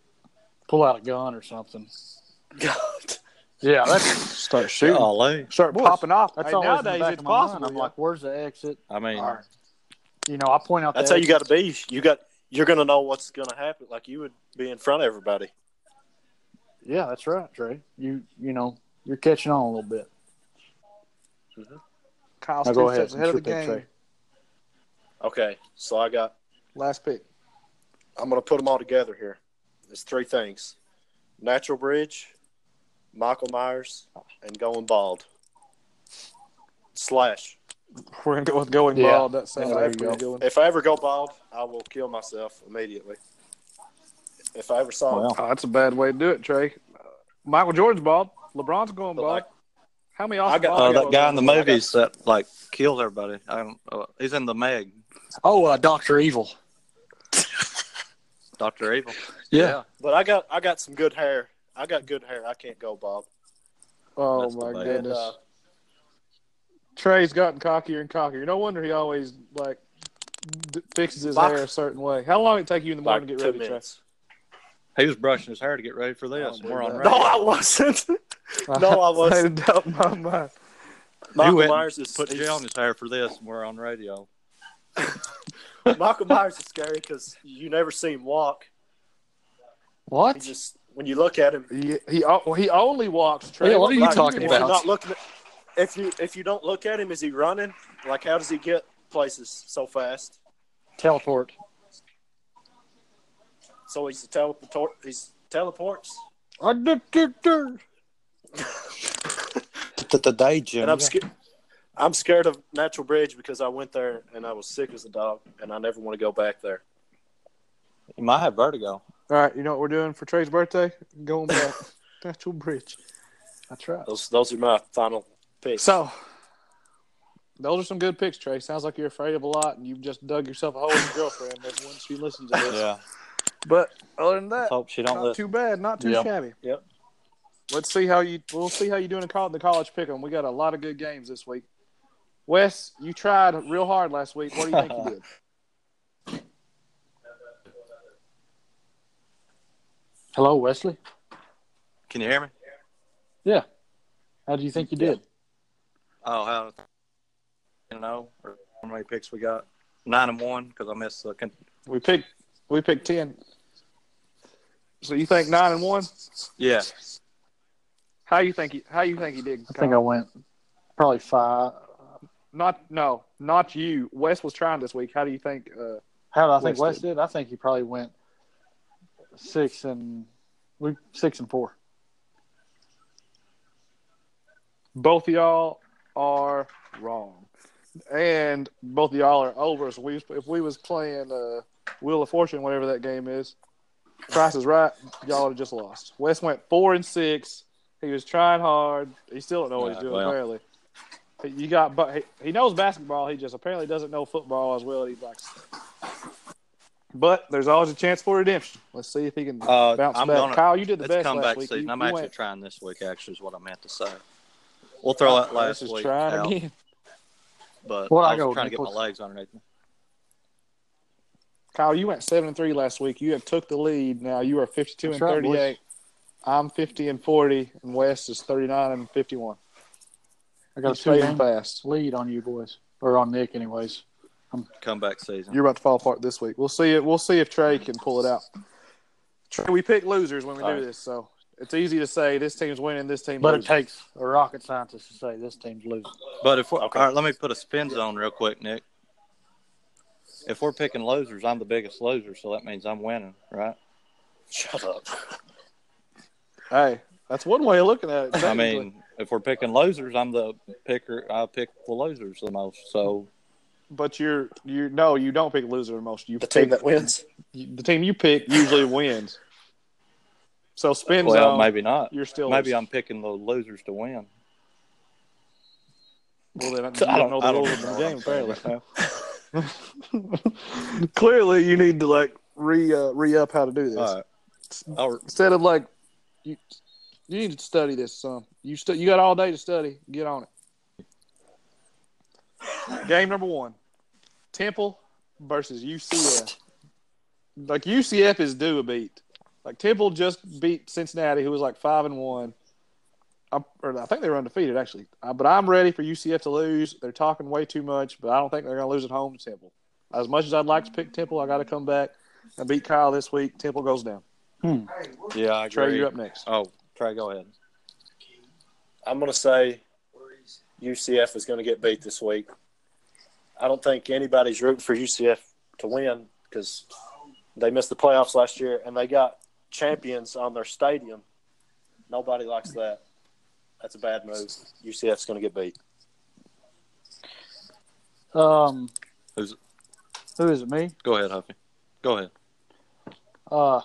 Speaker 3: pull out a gun or something.
Speaker 4: God.
Speaker 3: Yeah, that's,
Speaker 1: Start shooting.
Speaker 2: Golly.
Speaker 3: (laughs)
Speaker 1: Start
Speaker 3: Boy,
Speaker 1: popping off.
Speaker 3: that's
Speaker 1: Hey,
Speaker 3: always in
Speaker 1: nowadays
Speaker 3: the back
Speaker 1: it's
Speaker 3: of my mind.
Speaker 1: possible.
Speaker 3: I'm like, where's the exit?
Speaker 2: I mean,
Speaker 3: Or, you know, I point out
Speaker 4: That's
Speaker 3: the
Speaker 4: how you got to be. You got you're gonna know what's gonna happen. Like you would be in front of everybody.
Speaker 3: Yeah, that's right, Trey. You you know you're catching on a little bit.
Speaker 1: Kyle's
Speaker 3: Now go
Speaker 1: two
Speaker 3: ahead.
Speaker 1: steps
Speaker 3: It's
Speaker 1: ahead
Speaker 3: your
Speaker 1: of the
Speaker 3: pick,
Speaker 1: game.
Speaker 3: Trey.
Speaker 4: Okay, so I got.
Speaker 1: Last pick.
Speaker 4: I'm gonna put them all together here. There's three things: Natural Bridge, Michael Myers, and Going Bald. Slash.
Speaker 1: We're gonna go with going
Speaker 3: Yeah.
Speaker 1: bald. That sounds
Speaker 3: Yeah,
Speaker 1: like
Speaker 3: there
Speaker 1: a
Speaker 3: you
Speaker 1: pretty good one.
Speaker 4: If I ever go bald, I will kill myself immediately. If I ever saw him,
Speaker 2: Well.
Speaker 1: Oh, that's a bad way to do it, Trey. Uh, Michael Jordan's bald. LeBron's going
Speaker 4: But
Speaker 1: bald.
Speaker 4: like-
Speaker 1: How many
Speaker 4: I
Speaker 1: Austin
Speaker 4: got-
Speaker 1: Ball
Speaker 2: Oh,
Speaker 4: I
Speaker 2: that
Speaker 1: people
Speaker 2: guy
Speaker 1: are
Speaker 2: in the
Speaker 1: going bald?
Speaker 2: movies that like kills everybody. I don't. Uh, he's in the Meg,
Speaker 3: Oh, uh, Doctor Evil.
Speaker 2: Doctor Evil.
Speaker 3: Yeah.
Speaker 4: but I got I got some good hair. I got good hair. I can't go bald.
Speaker 1: Oh
Speaker 2: That's the
Speaker 1: my
Speaker 2: bad.
Speaker 1: goodness.
Speaker 4: uh,
Speaker 1: Trey's gotten cockier and cockier. No wonder he always like d- fixes his
Speaker 4: Fuck.
Speaker 1: hair a certain way. How long did it take you in the morning to
Speaker 4: like
Speaker 1: get ready,
Speaker 4: two
Speaker 1: Trey?
Speaker 4: minutes.
Speaker 2: He was brushing his hair to get ready for this.
Speaker 1: don't
Speaker 2: and we're on
Speaker 1: believe
Speaker 4: No,
Speaker 1: that.
Speaker 2: radio.
Speaker 4: I wasn't. (laughs)
Speaker 3: Uh,
Speaker 4: No, I wasn't.
Speaker 1: (laughs) I doubt my mind.
Speaker 2: You
Speaker 4: Michael
Speaker 2: went and
Speaker 4: Myers is
Speaker 2: put
Speaker 4: he's-
Speaker 2: gel in his hair for this, and we're on radio.
Speaker 4: Michael Myers is scary because you never see him walk. He
Speaker 3: (laughs) What?
Speaker 4: just when you look at him,
Speaker 1: He he, o- he only walks. Trey,
Speaker 3: Yeah, what are you
Speaker 4: like,
Speaker 3: talking
Speaker 4: if
Speaker 3: about?
Speaker 4: You're not looking at, if you if you don't look at him, is he running? Like how does he get places so fast?
Speaker 3: Teleport.
Speaker 4: So he's a teleport. He's teleports.
Speaker 2: The, day gym.
Speaker 4: And I'm scared. I'm scared of Natural Bridge because I went there and I was sick as a dog, and I never want to go back there.
Speaker 2: You might have vertigo.
Speaker 1: All right, you know what we're doing for Trey's birthday?
Speaker 2: (laughs)
Speaker 1: Going back. Natural bridge.
Speaker 3: That's right.
Speaker 4: Those those are my final picks.
Speaker 1: So, those are some good picks, Trey. Sounds like you're afraid of a lot, and you've just dug yourself a hole with your girlfriend if- once she listens to this.
Speaker 2: Yeah.
Speaker 1: But other than that,
Speaker 2: Hope she don't
Speaker 1: not
Speaker 2: listen.
Speaker 1: too bad, not too
Speaker 3: Yep.
Speaker 1: shabby.
Speaker 4: Yep.
Speaker 1: Let's see how you. We'll see how you doing in college, the college pick 'em. We got a lot of good games this week. Wes, you tried real hard last week. What do you think you did?
Speaker 3: Hello, Wesley.
Speaker 2: Can you hear me?
Speaker 3: How do you think you did?
Speaker 2: Oh, how? You know, or how many picks we got? Nine and one because I missed the. Con-
Speaker 1: (laughs) We picked. We picked ten. So you think nine and one?
Speaker 2: yeah.
Speaker 1: How you think? He, how you think he did?
Speaker 3: I think I went probably five.
Speaker 1: Not no, not you. Wes was trying this week. How do you think uh,
Speaker 3: How did I think
Speaker 4: West
Speaker 3: West did? I think he probably went six and we six and four.
Speaker 1: Both of y'all are wrong, and both of y'all are over. So we, if we was playing uh, Wheel of Fortune, whatever that game is, Price is Right, y'all would have just lost. West went four and six. He was trying hard. He still don't know what he's
Speaker 2: Yeah,
Speaker 1: doing.
Speaker 2: well.
Speaker 1: Apparently, He- you got, but he, he knows basketball. He just apparently doesn't know football as well. as He likes. But there's always a chance for redemption. Let's see if he can
Speaker 2: Uh,
Speaker 1: bounce
Speaker 2: I'm
Speaker 1: back.
Speaker 2: gonna-
Speaker 1: Kyle, you did the
Speaker 2: It's
Speaker 1: best last
Speaker 2: comeback
Speaker 1: week.
Speaker 2: season.
Speaker 1: You-
Speaker 2: I'm
Speaker 1: you
Speaker 2: actually
Speaker 1: went-
Speaker 2: trying this week. Actually, is what I meant to say. We'll throw out last
Speaker 1: This Oh, is
Speaker 2: week,
Speaker 1: trying
Speaker 2: out,
Speaker 1: again.
Speaker 2: but
Speaker 3: What'd I
Speaker 2: I was
Speaker 3: go,
Speaker 2: trying to get my
Speaker 3: Nichols?
Speaker 2: legs underneath me.
Speaker 1: Kyle, you went seven and three last week. You have took the lead. Now you are fifty-two
Speaker 3: That's
Speaker 1: and
Speaker 3: right, boys.
Speaker 1: thirty-eight. I'm fifty and forty, and West is thirty-nine and fifty-one.
Speaker 3: I
Speaker 1: You're
Speaker 3: got a two
Speaker 1: fading
Speaker 3: game
Speaker 1: fast.
Speaker 3: lead on you boys, or on Nick, anyways.
Speaker 2: Comeback season.
Speaker 1: You're about to fall apart this week. We'll see it. We'll see if Trey can pull it out. Trey, we pick losers when we do
Speaker 2: All right.
Speaker 1: this, so it's easy to say this team's winning, this team.
Speaker 3: But it
Speaker 1: loses.
Speaker 3: takes a rocket scientist to say this team's losing.
Speaker 2: But if we're,
Speaker 4: Okay.
Speaker 2: all right, let me put a spin zone real quick, Nick. If we're picking losers, I'm the biggest loser, so that means I'm winning, right?
Speaker 4: Shut up.
Speaker 1: hey, that's one way of looking at it.
Speaker 2: I mean, if we're picking losers, I'm the picker. I pick the losers the most. So
Speaker 1: but you're you no, you don't pick loser the most. You
Speaker 4: The
Speaker 1: pick
Speaker 4: team that wins.
Speaker 1: you- the team you pick usually (laughs) wins. So spin
Speaker 2: well,
Speaker 1: zone,
Speaker 2: maybe not.
Speaker 1: you're still
Speaker 2: Maybe I'm picking the losers to win.
Speaker 1: Well, then I
Speaker 2: I
Speaker 1: don't
Speaker 2: don't-
Speaker 1: know the
Speaker 2: I don't
Speaker 1: rules of the
Speaker 2: know.
Speaker 1: game,
Speaker 2: (laughs)
Speaker 1: apparently. (laughs) Clearly, you need to like re uh, re up how to do this
Speaker 2: All right. Oh, I'll-
Speaker 1: instead of like you you need to study this some. You stu- you got all day to study. Get on it. Game number one, Temple versus UCF. Like UCF is due a beat. Like Temple just beat Cincinnati, who was like five and one. I, or I think they were undefeated actually. Uh, but I'm ready for UCF to lose. They're talking way too much, but I don't think they're going to lose at home to Temple. As much as I'd like to pick Temple, I got to come back and beat Kyle this week. Temple goes down.
Speaker 2: yeah, I
Speaker 1: Trey,
Speaker 2: agree.
Speaker 1: you're up next.
Speaker 2: Oh, Trey, go ahead.
Speaker 4: I'm going to say UCF is going to get beat this week. I don't think anybody's rooting for UCF to win because they missed the playoffs last year and they got champions on their stadium. Nobody likes that. That's a bad move. UCF's going to get beat.
Speaker 3: Um,
Speaker 2: Who's-
Speaker 3: who is it? Me?
Speaker 2: Go ahead, Huffy. Go ahead.
Speaker 3: Uh,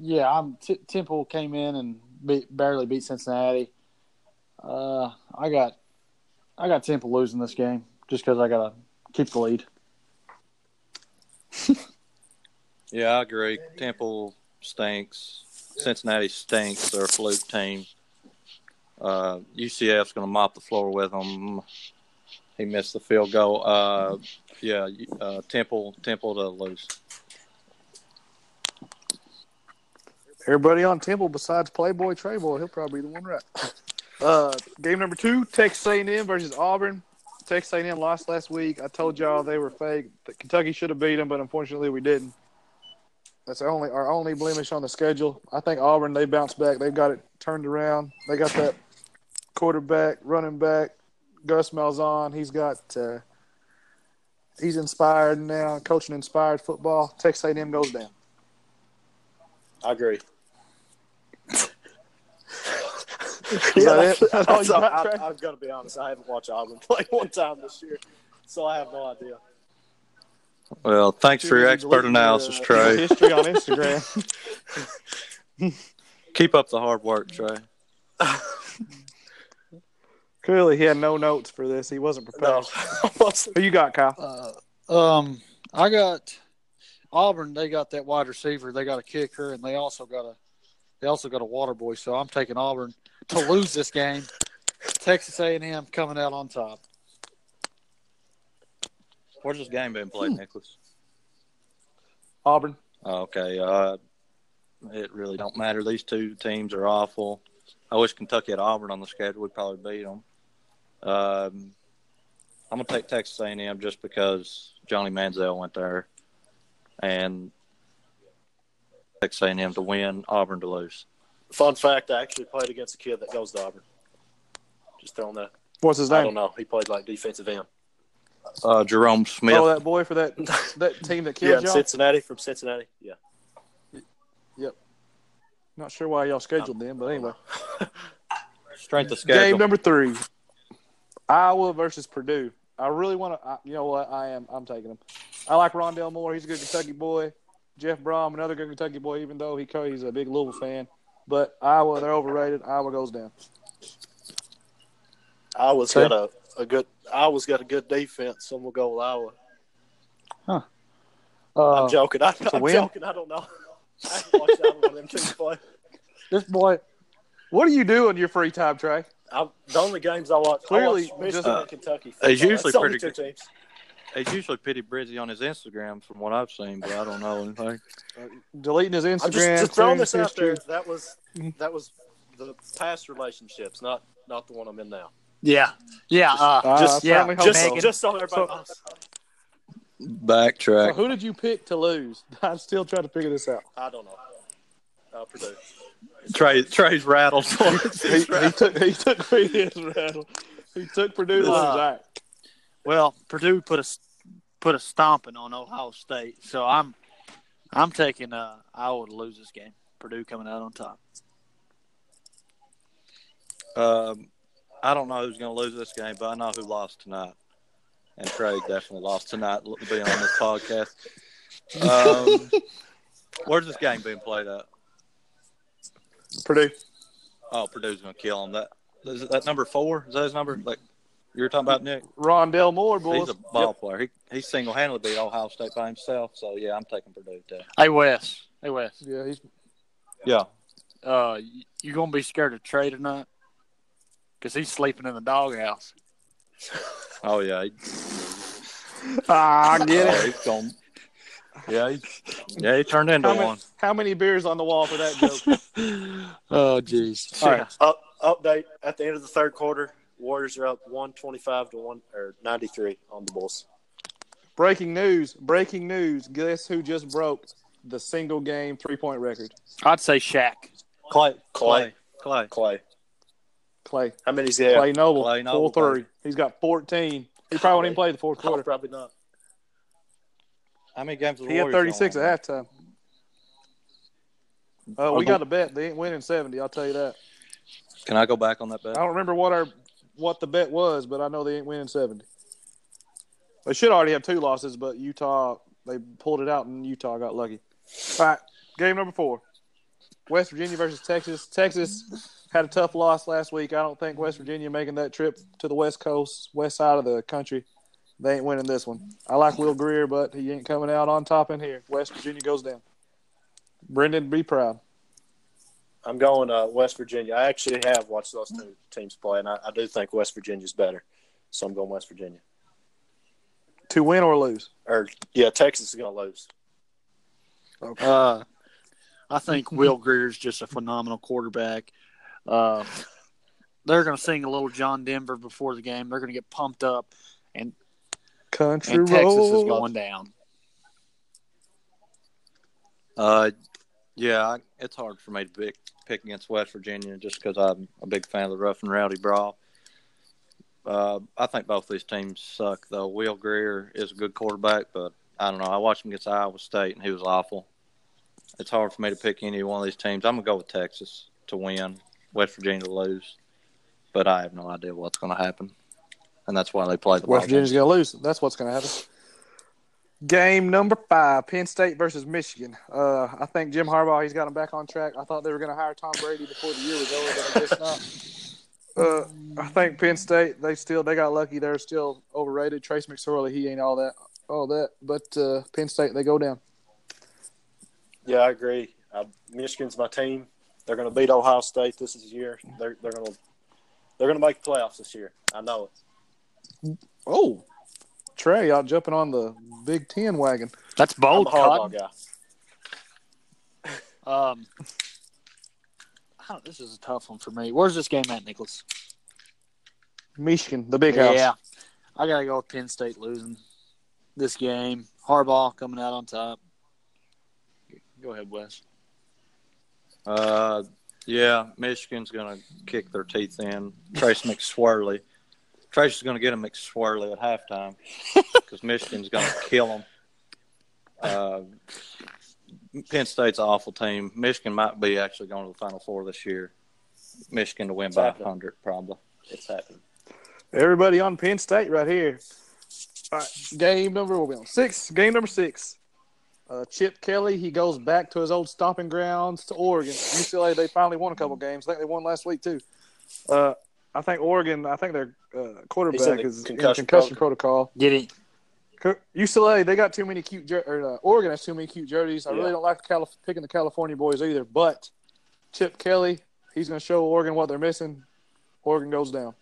Speaker 3: yeah, I'm T- Temple came in and beat, barely beat Cincinnati. Uh, I got, I got Temple losing this game just because I gotta keep the lead.
Speaker 2: Yeah, I agree. Temple stinks. Cincinnati stinks. They're a fluke team. Uh, UCF's going to mop the floor with them. He missed the field goal. Uh, yeah, uh, Temple, Temple to lose.
Speaker 1: Everybody on Temple besides Playboy Trayboy, he'll probably be the one right. Uh, game number two, Texas A&M versus Auburn. Texas A&M lost last week. I told y'all they were fake. That Kentucky should have beat them, but unfortunately we didn't. That's our only our only blemish on the schedule. I think Auburn they bounced back. They've got it turned around. They got that quarterback, running back, Gus Malzahn. He's got uh, he's inspired now, coaching inspired football. Texas A&M goes down.
Speaker 4: I agree.
Speaker 1: that it?
Speaker 4: (laughs)
Speaker 1: That's
Speaker 4: that's-
Speaker 1: all
Speaker 4: that's
Speaker 1: you
Speaker 4: all-
Speaker 1: got,
Speaker 4: I,
Speaker 1: Trey?
Speaker 4: Oh, I've got to be honest. I haven't watched Auburn (laughs) play one time this year, so I have no idea.
Speaker 2: Well, thanks for your
Speaker 1: Dude, look
Speaker 2: expert
Speaker 1: at
Speaker 2: analysis,
Speaker 1: your, uh, (laughs)
Speaker 2: Trey.
Speaker 1: History on Instagram.
Speaker 2: Keep up the hard work, Trey.
Speaker 1: Clearly, he had no notes for this. He wasn't prepared. (laughs)
Speaker 4: No, Wasn't-
Speaker 1: Who you got, Kyle?
Speaker 3: Uh, um, I got Auburn. They got that wide receiver. They got a kicker, and they also got a they also got a water boy. So I'm taking Auburn to lose this game. Texas A&M coming out on top.
Speaker 2: Where's this game being played, Nicholas?
Speaker 1: Auburn.
Speaker 2: Okay, uh, it really don't matter. These two teams are awful. I wish Kentucky had Auburn on the schedule. We'd probably beat them. Um, I'm gonna take Texas A&M just because Johnny Manziel went there, and Texas A&M to win, Auburn to lose.
Speaker 4: Fun fact: I actually played against a kid that goes to Auburn. Just throwing that.
Speaker 1: What's his
Speaker 4: I
Speaker 1: name?
Speaker 4: don't (laughs) know. He played like defensive end.
Speaker 2: uh, Jerome Smith.
Speaker 1: Oh, that boy for that that team that
Speaker 4: Yeah,
Speaker 1: killed
Speaker 4: in
Speaker 1: y'all.
Speaker 4: Cincinnati from Cincinnati. Yeah.
Speaker 1: Not sure why y'all scheduled them, but anyway.
Speaker 2: Strength of
Speaker 1: Game
Speaker 2: schedule.
Speaker 1: number three, Iowa versus Purdue. I really want to. You know what? I am. I'm taking him. I like Rondell Moore. He's a good Kentucky boy. Jeff Brom, another good Kentucky boy, even though he co- he's a big Louisville fan. But Iowa, they're overrated. Iowa goes down.
Speaker 4: Iowa's
Speaker 3: Okay.
Speaker 4: got a, a good Iowa's got a good defense. Some will go with Iowa. I'm
Speaker 3: Uh,
Speaker 4: joking. (laughs) I, I'm
Speaker 3: win?
Speaker 4: joking. I don't know. (laughs) I haven't watched either one of them two play.
Speaker 3: this boy,
Speaker 1: What do you do in your free time, Trey?
Speaker 4: I, the only games I watch
Speaker 1: Clearly,
Speaker 4: I watch Michigan
Speaker 1: just-
Speaker 4: and Kentucky.
Speaker 2: Uh, he's
Speaker 4: football.
Speaker 2: usually
Speaker 4: That's the only
Speaker 2: pretty
Speaker 4: two teams.
Speaker 2: It's usually Pity Brizzy on his Instagram, from what I've seen, but I don't know anything.
Speaker 1: Deleting his Instagram.
Speaker 4: I'm just, just
Speaker 1: clearing
Speaker 4: throwing
Speaker 1: his
Speaker 4: this out there.
Speaker 1: history. Mm-hmm.
Speaker 4: That was that was the past relationships, not not the one I'm in now.
Speaker 3: yeah, yeah, uh,
Speaker 1: Uh,
Speaker 4: Just-
Speaker 1: I
Speaker 3: yeah,
Speaker 1: certainly hope
Speaker 4: just
Speaker 1: so.
Speaker 3: Megan.
Speaker 4: just so everybody knows.
Speaker 1: So
Speaker 2: Backtrack.
Speaker 1: who did you pick to lose? (laughs) I'm still trying to figure this out.
Speaker 4: I don't know. Uh, Purdue.
Speaker 2: Trey, Trey's rattled. (laughs)
Speaker 1: He, he took he took Purdue. rattle. He took Purdue to lose. All right.
Speaker 3: well, Purdue put a put a stomping on Ohio State, so I'm I'm taking uh, Iowa to lose this game. Purdue coming out on top.
Speaker 2: um, I don't know who's going to lose this game, but I know who lost tonight. And Trey definitely lost tonight, l- being on this podcast. (laughs) Um, where's this game being played at?
Speaker 1: Purdue.
Speaker 2: Oh, Purdue's going to kill him. That is that number four? Is that his number? Like you were talking about, Nick?
Speaker 1: Rondell Moore, boys.
Speaker 2: He's a ball player. He he single handedly beat Ohio State by himself. So yeah, I'm taking Purdue too.
Speaker 3: Hey Wes, hey Wes,
Speaker 1: Yep. Yeah, he's
Speaker 2: Yeah,
Speaker 3: uh, y- you gonna be scared of Trey tonight? Cause he's sleeping in the doghouse.
Speaker 2: Oh yeah, he-
Speaker 1: ah, I get
Speaker 2: oh,
Speaker 1: it.
Speaker 2: he's gone. Yeah, he, yeah, he turned
Speaker 1: (laughs)
Speaker 2: into
Speaker 1: How many,
Speaker 2: one.
Speaker 1: how many beers on the wall for that joke? (laughs)
Speaker 3: (laughs) Oh jeez.
Speaker 1: All right.
Speaker 4: Up, update at the end of the third quarter. Warriors are up 125 to one or 93 on the Bulls.
Speaker 1: breaking news! Breaking news! Guess who just broke the single game three point record?
Speaker 3: I'd say Shaq.
Speaker 2: Clay,
Speaker 4: Clay.
Speaker 2: Clay, Clay.
Speaker 4: Clay.
Speaker 1: Clay.
Speaker 4: How many's he have?
Speaker 1: Clay Noble.
Speaker 2: Clay
Speaker 1: full
Speaker 2: Noble,
Speaker 1: three. He's got fourteen. He probably won't even play the fourth
Speaker 4: Oh,
Speaker 1: quarter.
Speaker 4: probably not.
Speaker 2: How many games? Are the
Speaker 1: He had
Speaker 2: Warriors
Speaker 1: thirty six
Speaker 2: gonna
Speaker 1: at halftime. Uh, we
Speaker 2: Okay.
Speaker 1: got a bet. They ain't winning seventy. I'll tell you that.
Speaker 2: win? Can I go back on that
Speaker 1: I
Speaker 2: bet?
Speaker 1: don't remember what our what the bet was, but I know they ain't winning seventy. They should already have two losses, but Utah they pulled it out and Utah got lucky. All right, game number four: West Virginia versus Texas. Texas had a tough loss last week. I don't think West Virginia making that trip to the West Coast, West side of the country. They ain't winning this one. I like Will Greer, but he ain't coming out on top in here. West Virginia goes down. Brendan, be proud.
Speaker 4: I'm going uh, West Virginia. I actually have watched those two teams play, and I, I do think West Virginia's better. So I'm going West Virginia.
Speaker 1: To win or lose.
Speaker 4: Or yeah, Texas is going to lose.
Speaker 3: Uh, I think Will Greer's just a phenomenal quarterback. Uh, they're going to sing a little John Denver before the game. They're going to get pumped up,
Speaker 1: Country
Speaker 3: and Texas is
Speaker 1: roads.
Speaker 3: going down.
Speaker 2: Uh, yeah, I, it's hard for me to pick, pick against West Virginia just because I'm a big fan of the rough and rowdy brawl. Uh, I think both these teams suck though. Will Greer is a good quarterback, but I don't know. I watched him against Iowa State and he was awful. It's hard for me to pick any one of these teams. I'm gonna go with Texas to win, West Virginia to lose, but I have no idea what's gonna happen, and that's why they play the
Speaker 1: West
Speaker 2: ball game.
Speaker 1: Virginia's going to lose. That's what's going to happen. Game number five: Penn State versus Michigan. Uh, I think Jim Harbaugh he's got them back on track. I thought they were going to hire Tom Brady before the year was over, but I guess not. (laughs) Uh, I think Penn State they still they got lucky. They're still overrated. Trace McSorley he ain't all that all that, but uh, Penn State they go down.
Speaker 4: Yeah, I agree. Uh, Michigan's my team. They're going to beat Ohio State this is the year. They're they're going to they're going to make the playoffs this year. I know it.
Speaker 1: Oh, Trey out jumping on the Big Ten wagon.
Speaker 3: That's bold,
Speaker 4: I'm a hardball
Speaker 3: Cotton.
Speaker 4: guy.
Speaker 3: Um, I don't, this is a tough one for me. Where's this game at, Nicholas?
Speaker 1: Michigan, the big house.
Speaker 3: Yeah, I got to go with Penn State losing this game. Harbaugh coming out on top. Go ahead, Wes.
Speaker 2: Uh, yeah, Michigan's going to kick their teeth in. Trace McSwirly Tracy's going to get him McSwirly at halftime because Michigan's going to kill him. Uh, Penn State's an awful team. Michigan might be actually going to the Final Four this year. Michigan to win by
Speaker 4: Exactly.
Speaker 2: 100, probably.
Speaker 4: It's happening.
Speaker 1: Everybody on Penn State right here. All right, game number what we on six. Game number six. Uh, Chip Kelly he goes back to his old stomping grounds to Oregon. UCLA they finally won a couple games. I think they won last week too. Uh, I think Oregon. I think their uh, quarterback
Speaker 4: the
Speaker 1: is
Speaker 4: concussion
Speaker 1: in concussion protocol.
Speaker 3: Get it?
Speaker 1: Co- UCLA they got too many cute. Jer- or, uh, Oregon has too many cute jerseys. I really
Speaker 4: Yeah.
Speaker 1: don't like the Calif- picking the California boys either. But Chip Kelly he's going to show Oregon what they're missing. Oregon goes down.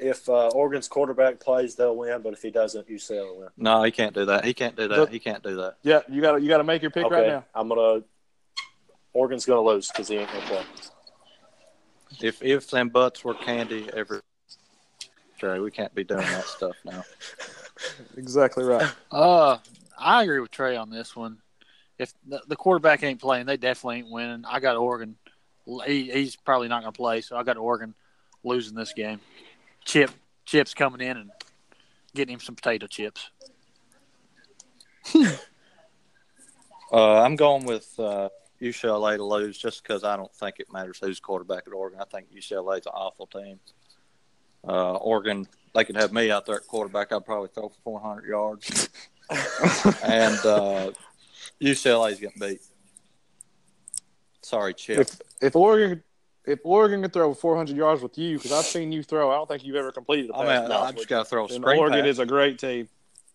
Speaker 4: If uh, Oregon's quarterback plays, they'll win. But if he doesn't, UCLA will win.
Speaker 2: No, he can't do that. He can't do that.
Speaker 1: Look-
Speaker 2: he can't do that.
Speaker 1: Yeah, you got to you got to make your pick
Speaker 4: okay,
Speaker 1: right now.
Speaker 4: I'm gonna. Oregon's gonna lose because he ain't gonna play.
Speaker 2: If ifs and buts were candy, every Trey, we can't be doing that stuff now.
Speaker 1: Exactly
Speaker 2: (laughs)
Speaker 1: right.
Speaker 3: Uh, I agree with Trey on this one. If the, the quarterback ain't playing, they definitely ain't winning. I got Oregon. He, he's probably not going to play, so I got Oregon losing this game. Chip, Chip's coming in and getting him some potato chips.
Speaker 2: Uh, I'm going with uh, UCLA to lose just because I don't think it matters who's quarterback at Oregon. I think UCLA's an awful team. Uh, Oregon, they could have me out there at quarterback. I'd probably throw for 400
Speaker 1: (laughs)
Speaker 2: yards. and uh, UCLA's getting beat. Sorry, Chip.
Speaker 1: If if Oregon if Oregon can throw 400 yards with you, because I've seen you throw, I don't think you've ever completed a
Speaker 2: I
Speaker 1: pass.
Speaker 2: mean,
Speaker 1: No,
Speaker 2: I just got to throw a
Speaker 1: and
Speaker 2: screen
Speaker 1: Oregon
Speaker 2: pass.
Speaker 1: is a great team.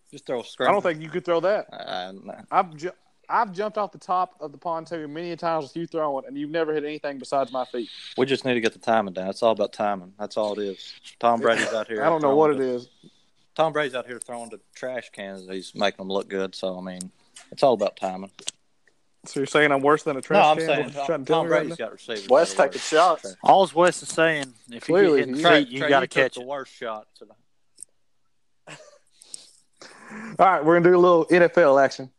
Speaker 2: just throw a screen.
Speaker 1: I don't think you could throw that.
Speaker 2: Uh, no.
Speaker 1: I've ju- I've jumped off the top of the pontoon many a times with you throwing, and you've never hit anything besides my feet.
Speaker 2: we just need to get the timing down. It's all about timing. That's all it is. Tom Brady's out here.
Speaker 1: I don't know
Speaker 2: throwing
Speaker 1: what
Speaker 2: to-
Speaker 1: it is.
Speaker 2: Tom Brady's out here throwing to trash cans. He's making them look good. So I mean, it's all about timing.
Speaker 1: So you're saying I'm worse than a
Speaker 2: No,
Speaker 1: trash
Speaker 2: I'm
Speaker 1: can?
Speaker 2: saying
Speaker 1: What you trying to
Speaker 2: Tom,
Speaker 1: tell
Speaker 2: Tom
Speaker 1: me right
Speaker 2: Brady's
Speaker 1: now?
Speaker 2: got receivers.
Speaker 4: West
Speaker 2: that are
Speaker 4: taking
Speaker 2: worse.
Speaker 4: shots.
Speaker 3: All's West is saying, if you
Speaker 1: Clearly,
Speaker 3: get hit in
Speaker 1: he-
Speaker 3: the
Speaker 2: Trey,
Speaker 3: feet, you
Speaker 2: Trey,
Speaker 3: got to
Speaker 2: took
Speaker 3: catch
Speaker 2: the
Speaker 3: it.
Speaker 2: worst shot today.
Speaker 1: All right, we're gonna do a little NFL action.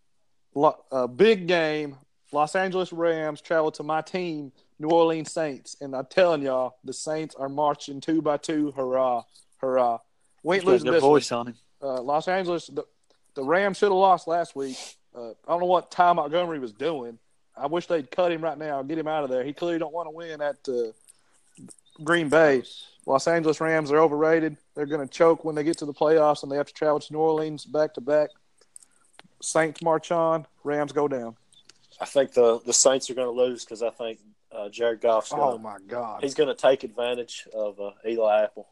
Speaker 1: Lo- uh, big game. Los Angeles Rams travel to my team, New Orleans Saints, and I'm telling y'all, the Saints are marching two by two. Hurrah, hurrah! We ain't
Speaker 3: Got a
Speaker 1: losing
Speaker 3: good
Speaker 1: this. one.
Speaker 3: voice on him.
Speaker 1: Uh, Los Angeles, the, the Rams should have lost last week. Uh, I don't know what Ty Montgomery was doing. I wish they'd cut him right now and get him out of there. He clearly don't want to win at uh, Green Bay. Los Angeles Rams are overrated. They're going to choke when they get to the playoffs and they have to travel to New Orleans back to back. Saints march on, Rams go down.
Speaker 4: I think the the Saints are gonna lose because I think uh, Jared Goff's gonna
Speaker 1: Oh my God,
Speaker 4: he's gonna take advantage of uh, Eli Apple.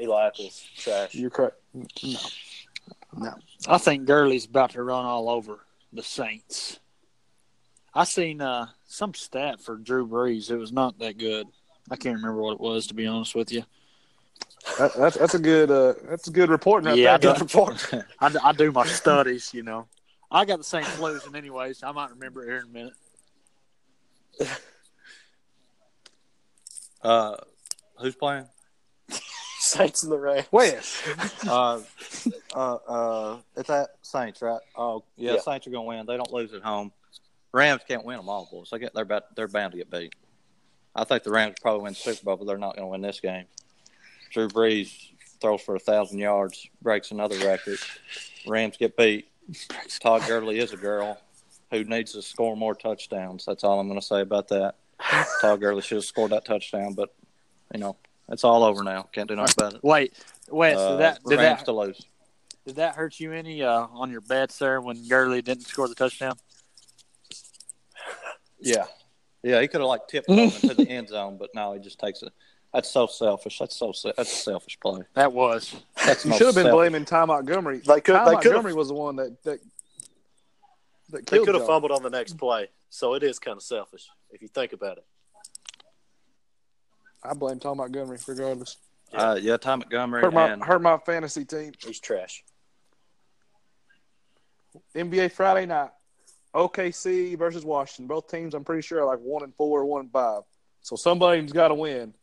Speaker 4: Eli Apple's trash.
Speaker 1: you're correct.
Speaker 3: I think Gurley's about to run all over the Saints. I seen uh, some stat for Drew Brees. It was not that good. I can't remember what it was to be honest with you.
Speaker 1: That, that's that's a good uh, that's a good reporting right
Speaker 3: Yeah, I
Speaker 1: there.
Speaker 3: got- I, I do my studies, you know. I got the Saints losing anyways. I might remember it here in a minute.
Speaker 2: Uh, who's playing?
Speaker 4: Saints and the Rams.
Speaker 1: Wes,
Speaker 2: Uh, uh, uh, it's at Saints, right? Oh, yeah,
Speaker 4: Yeah.
Speaker 2: Saints are going to win. They don't lose at home. Rams can't win them all, boys. They get they're about, they're bound to get beat. I think the Rams probably win the Super Bowl, but they're not going to win this game. Drew Brees throws for a thousand yards, breaks another record. Rams get beat. Todd Gurley is a girl who needs to score more touchdowns. That's all I'm going to say about that. Todd Gurley should have scored that touchdown, but you know it's all over now. Can't do nothing about it.
Speaker 3: Wait, Wes,
Speaker 2: Uh,
Speaker 3: did that did
Speaker 2: Rams
Speaker 3: that
Speaker 2: to lose.
Speaker 3: did that hurt you any uh, on your bets there when Gurley didn't score the touchdown?
Speaker 2: Yeah. Yeah, he could have like tipped it over into the end zone, but no, he just takes it. That's so selfish. That's so se- that's a selfish play.
Speaker 3: That was.
Speaker 2: That's
Speaker 1: you
Speaker 2: most
Speaker 1: should have been
Speaker 2: selfish.
Speaker 1: blaming Ty Montgomery.
Speaker 4: They could-
Speaker 1: Ty
Speaker 4: they could've-
Speaker 1: Montgomery was the one that that, that
Speaker 4: They
Speaker 1: killed
Speaker 4: could have
Speaker 1: y'all.
Speaker 4: fumbled on the next play, so it is kind of selfish if you think about it.
Speaker 1: I blame Tom Montgomery regardless.
Speaker 2: Uh, yeah, Tom Montgomery
Speaker 1: Hurt my
Speaker 2: and
Speaker 1: hurt my fantasy team.
Speaker 4: He's trash.
Speaker 1: NBA Friday night, OKC versus Washington. Both teams, I'm pretty sure, are like one and four, one and five. So somebody's got to win.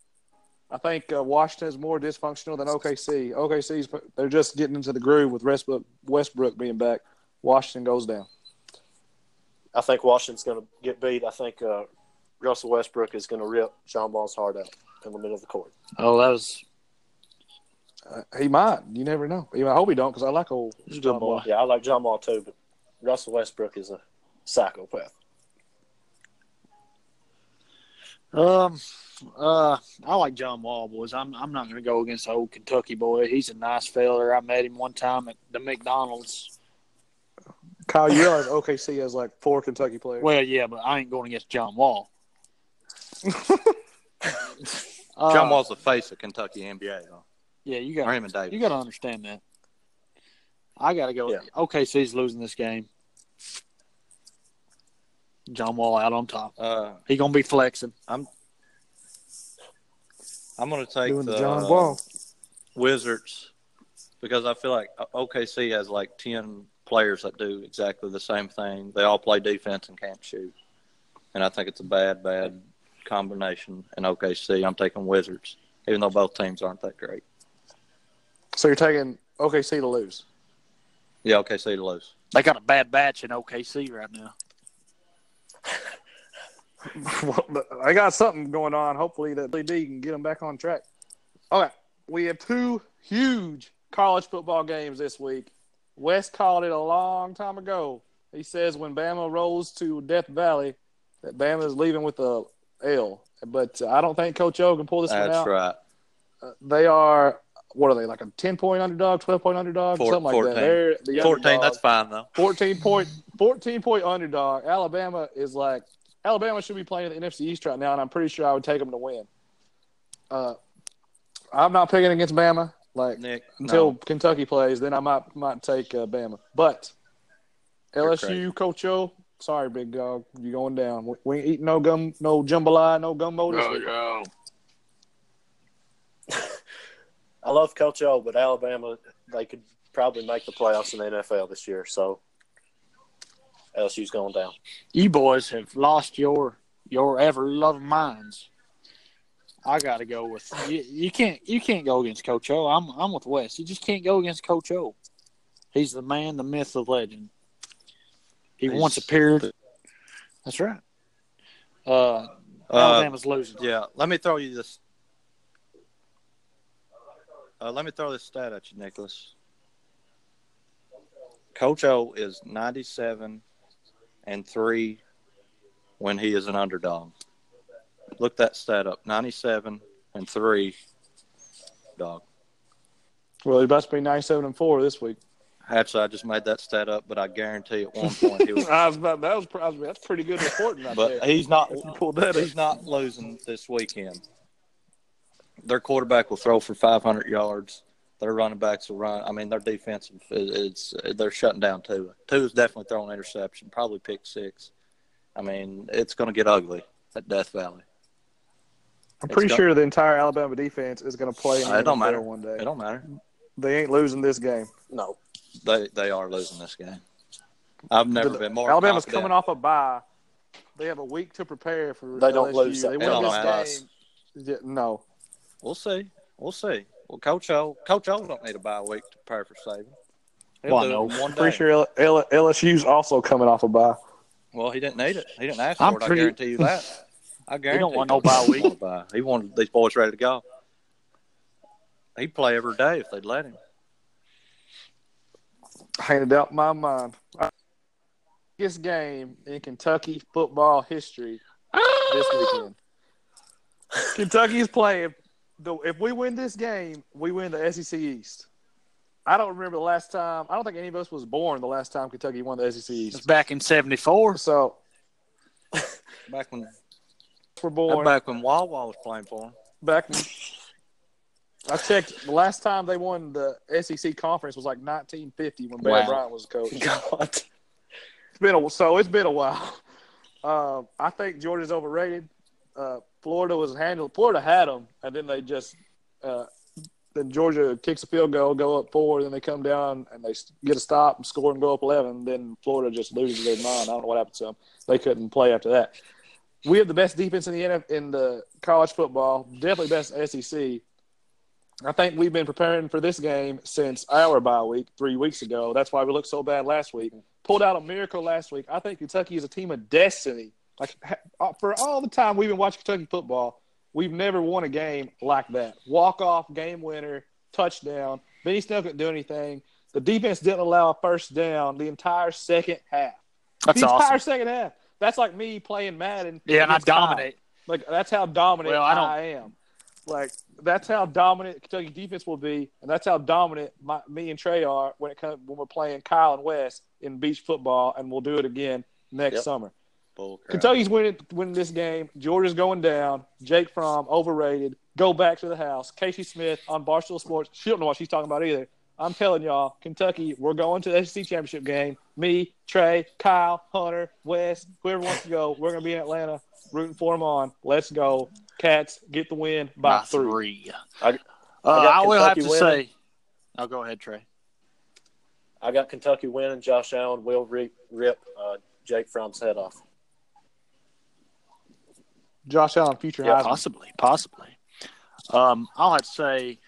Speaker 1: I think uh, Washington is more dysfunctional than OKC. OKC's they're just getting into the groove with Westbrook, Westbrook being back. Washington goes down.
Speaker 4: I think Washington's going to get beat. I think uh, Russell Westbrook is going to rip John Ball's heart out in the middle of the court.
Speaker 3: Oh, that was
Speaker 1: Uh, he might. You never know. Even I hope he don't because I like old
Speaker 3: He's a
Speaker 1: John
Speaker 3: good boy.
Speaker 4: Yeah, I like John Wall too, but Russell Westbrook is a psychopath.
Speaker 3: Um, uh, I like John Wall, boys. I'm I'm not gonna go against the old Kentucky boy. He's a nice feller. I met him one time at the McDonald's.
Speaker 1: Kyle. You realize OKC has like four Kentucky players.
Speaker 3: Well, yeah, but I ain't going against John (laughs) Wall. Uh,
Speaker 2: John Wall's the face of Kentucky NBA though.
Speaker 3: Yeah, you got
Speaker 2: Raymond Davis.
Speaker 3: you got to understand that. I got to go.
Speaker 4: Yeah.
Speaker 3: OKC's losing this game. John Wall out on top.
Speaker 2: uh,
Speaker 3: He gonna be flexing.
Speaker 2: I'm going to take
Speaker 1: doing the,
Speaker 2: the
Speaker 1: John Wall.
Speaker 2: Wizards because I feel like OKC has like 10 players that do exactly the same thing. They all play defense and can't shoot. And I think it's a bad, bad combination in OKC. I'm taking Wizards, even though both teams aren't that great.
Speaker 1: So you're taking OKC to lose.
Speaker 2: Yeah, OKC to lose.
Speaker 3: They got a bad batch in OKC right now.
Speaker 1: (laughs) Well, but I got something going on. Hopefully that D can get them back on track. Okay, we have two huge college football games this week. West called it a long time ago. He says when Bama rolls to Death Valley, that Bama is leaving with a L. But uh, I don't think Coach O can pull this one
Speaker 2: That's
Speaker 1: out.
Speaker 2: right.
Speaker 1: Uh, they are what are they like a ten point underdog, twelve point underdog,
Speaker 2: Four-
Speaker 1: something like
Speaker 2: 14.
Speaker 1: that. They're the
Speaker 2: 14,
Speaker 1: underdog.
Speaker 2: that's fine, though.
Speaker 1: 14 point 14 point underdog. Alabama is like Alabama should be playing in the NFC East right now, and I'm pretty sure I would take them to win. Uh, I'm not picking against Bama. Like
Speaker 2: Nick,
Speaker 1: until
Speaker 2: no.
Speaker 1: Kentucky plays, then I might might take uh, Bama. But
Speaker 2: You're
Speaker 1: LSU, Coach O, sorry, big dog, you going down. We, we ain't eating no gum, no jambalaya, no gumbo
Speaker 3: Oh,
Speaker 1: this week.
Speaker 4: I love Coach O, but Alabama they could probably make the playoffs in the NFL this year. So LSU's going down.
Speaker 3: You boys have lost your your ever loving minds. I got to go with you, you. Can't you can't go against Coach O. I'm I'm with Wes. You just can't go against Coach O. He's the man, the myth, the legend. He
Speaker 2: He's-
Speaker 3: once appeared. That's right. Uh,
Speaker 2: Uh,
Speaker 3: Alabama's losing.
Speaker 2: yeah, let me throw you this. Uh, let me throw this stat at you, Nicholas. Coach O is 97 and 3 when he is an underdog. Look that stat up 97 and 3 dog.
Speaker 1: Well, it must be 97 and four this week.
Speaker 2: Actually, I just made that stat up, but I guarantee at one point (laughs) he was.
Speaker 1: (laughs) I was about, that was pr- I was- that's pretty good reporting right
Speaker 2: But
Speaker 1: there.
Speaker 2: he's not.
Speaker 1: Pull that up.
Speaker 2: He's not losing this weekend. Their quarterback will throw for 500 yards. Their running backs will run. I mean, their defensive it's they're shutting down Tua. Tua's definitely throwing interception, probably pick six. I mean, it's going to get ugly at Death Valley.
Speaker 1: I'm
Speaker 2: It's
Speaker 1: pretty
Speaker 2: go-
Speaker 1: sure the entire Alabama defense is going to play. in the
Speaker 2: It don't
Speaker 1: NFL
Speaker 2: matter.
Speaker 1: One
Speaker 2: It
Speaker 1: day,
Speaker 2: don't matter.
Speaker 1: they ain't losing this game.
Speaker 4: No,
Speaker 2: They they are losing this game. I've never
Speaker 1: The-
Speaker 2: been more.
Speaker 1: Alabama's
Speaker 2: confident.
Speaker 1: coming off a bye. They have a week to prepare for.
Speaker 4: They don't
Speaker 1: LSU.
Speaker 4: lose
Speaker 1: They
Speaker 4: that.
Speaker 2: It
Speaker 1: win
Speaker 2: don't
Speaker 1: this
Speaker 2: matter.
Speaker 1: game. Yeah, no,
Speaker 2: We'll see. We'll see. Well, Coach O, Coach O don't need a bye week to prepare for saving.
Speaker 3: Well, I
Speaker 2: do it
Speaker 3: know.
Speaker 2: in One day.
Speaker 1: pretty sure L- L- LSU's also coming off a bye.
Speaker 2: Well, he didn't need it. He didn't ask
Speaker 3: I'm
Speaker 2: for it.
Speaker 3: pretty-
Speaker 2: I guarantee you that.
Speaker 3: (laughs)
Speaker 2: I guarantee.
Speaker 3: don't want
Speaker 2: you
Speaker 3: no bye
Speaker 2: (laughs) he wanted a bye. He wanted these boys ready to go. He'd play every day if they'd let him.
Speaker 1: Handed out my mind. Biggest game in Kentucky football history this weekend. Kentucky's playing. The, if we win this game, we win the SEC East. I don't remember the last time. I don't think any of us was born the last time Kentucky won the SEC
Speaker 3: It's
Speaker 1: East.
Speaker 3: back in '74.
Speaker 1: So
Speaker 2: Back when
Speaker 1: we're born.
Speaker 2: back when Wawa was playing for him.
Speaker 1: back. I checked. The last time they won the SEC conference was like 1950 when Bear
Speaker 3: Wow.
Speaker 1: Bryant was coach.
Speaker 3: (laughs)
Speaker 1: It's
Speaker 4: God,
Speaker 1: been a, so it's been a while. (laughs) Uh, I think Georgia's overrated. Uh, Florida was handled. Florida had them, and then they just uh, then Georgia kicks a field goal, go up four, then they come down and they s- get a stop and score and go up eleven. Then Florida just loses their mind. I don't know what happened to them. They couldn't play after that. We have the best defense in the NF- in the college football, definitely best SEC. I think we've been preparing for this game since our bye week three weeks ago. That's why we looked so bad last week. Pulled out a miracle last week. I think Kentucky is a team of destiny. Like ha- uh, for all the time we've been watching Kentucky football, we've never won a game like that. Walk off game winner touchdown. Benny Snell couldn't do anything. The defense didn't allow a first down the entire second half.
Speaker 3: That's
Speaker 1: the entire
Speaker 3: awesome.
Speaker 1: second half. That's like me playing Madden.
Speaker 3: Yeah, and I
Speaker 1: against Kyle.
Speaker 3: dominate.
Speaker 1: Like that's how dominant
Speaker 3: Well, I
Speaker 1: I,
Speaker 3: don't-
Speaker 1: am. Like that's how dominant Kentucky defense will be, and that's how dominant my, me and Trey are when it comes when we're playing Kyle and West in beach football, and we'll do it again next
Speaker 4: Yep.
Speaker 1: summer.
Speaker 2: Bull crap.
Speaker 1: Kentucky's winning winning this game. Georgia's going down. Jake Fromm overrated. Go back to the house. Casey Smith on Barstool Sports. She don't know what she's talking about either. I'm telling y'all, Kentucky, we're going to the SEC championship game. Me, Trey, Kyle, Hunter, Wes, whoever wants to go, we're gonna be in Atlanta rooting for them on. Let's go, Cats! Get the win by three.
Speaker 4: I- I
Speaker 3: I,
Speaker 4: got
Speaker 3: uh, I will have
Speaker 4: Kentucky
Speaker 3: to
Speaker 4: winning.
Speaker 3: say. I'll go ahead, Trey.
Speaker 4: I got Kentucky winning. Josh Allen will re- rip uh, Jake Fromm's head off.
Speaker 1: Josh Allen, future
Speaker 4: Yeah,
Speaker 1: Heisman.
Speaker 3: Possibly, possibly. Um, I'll have to say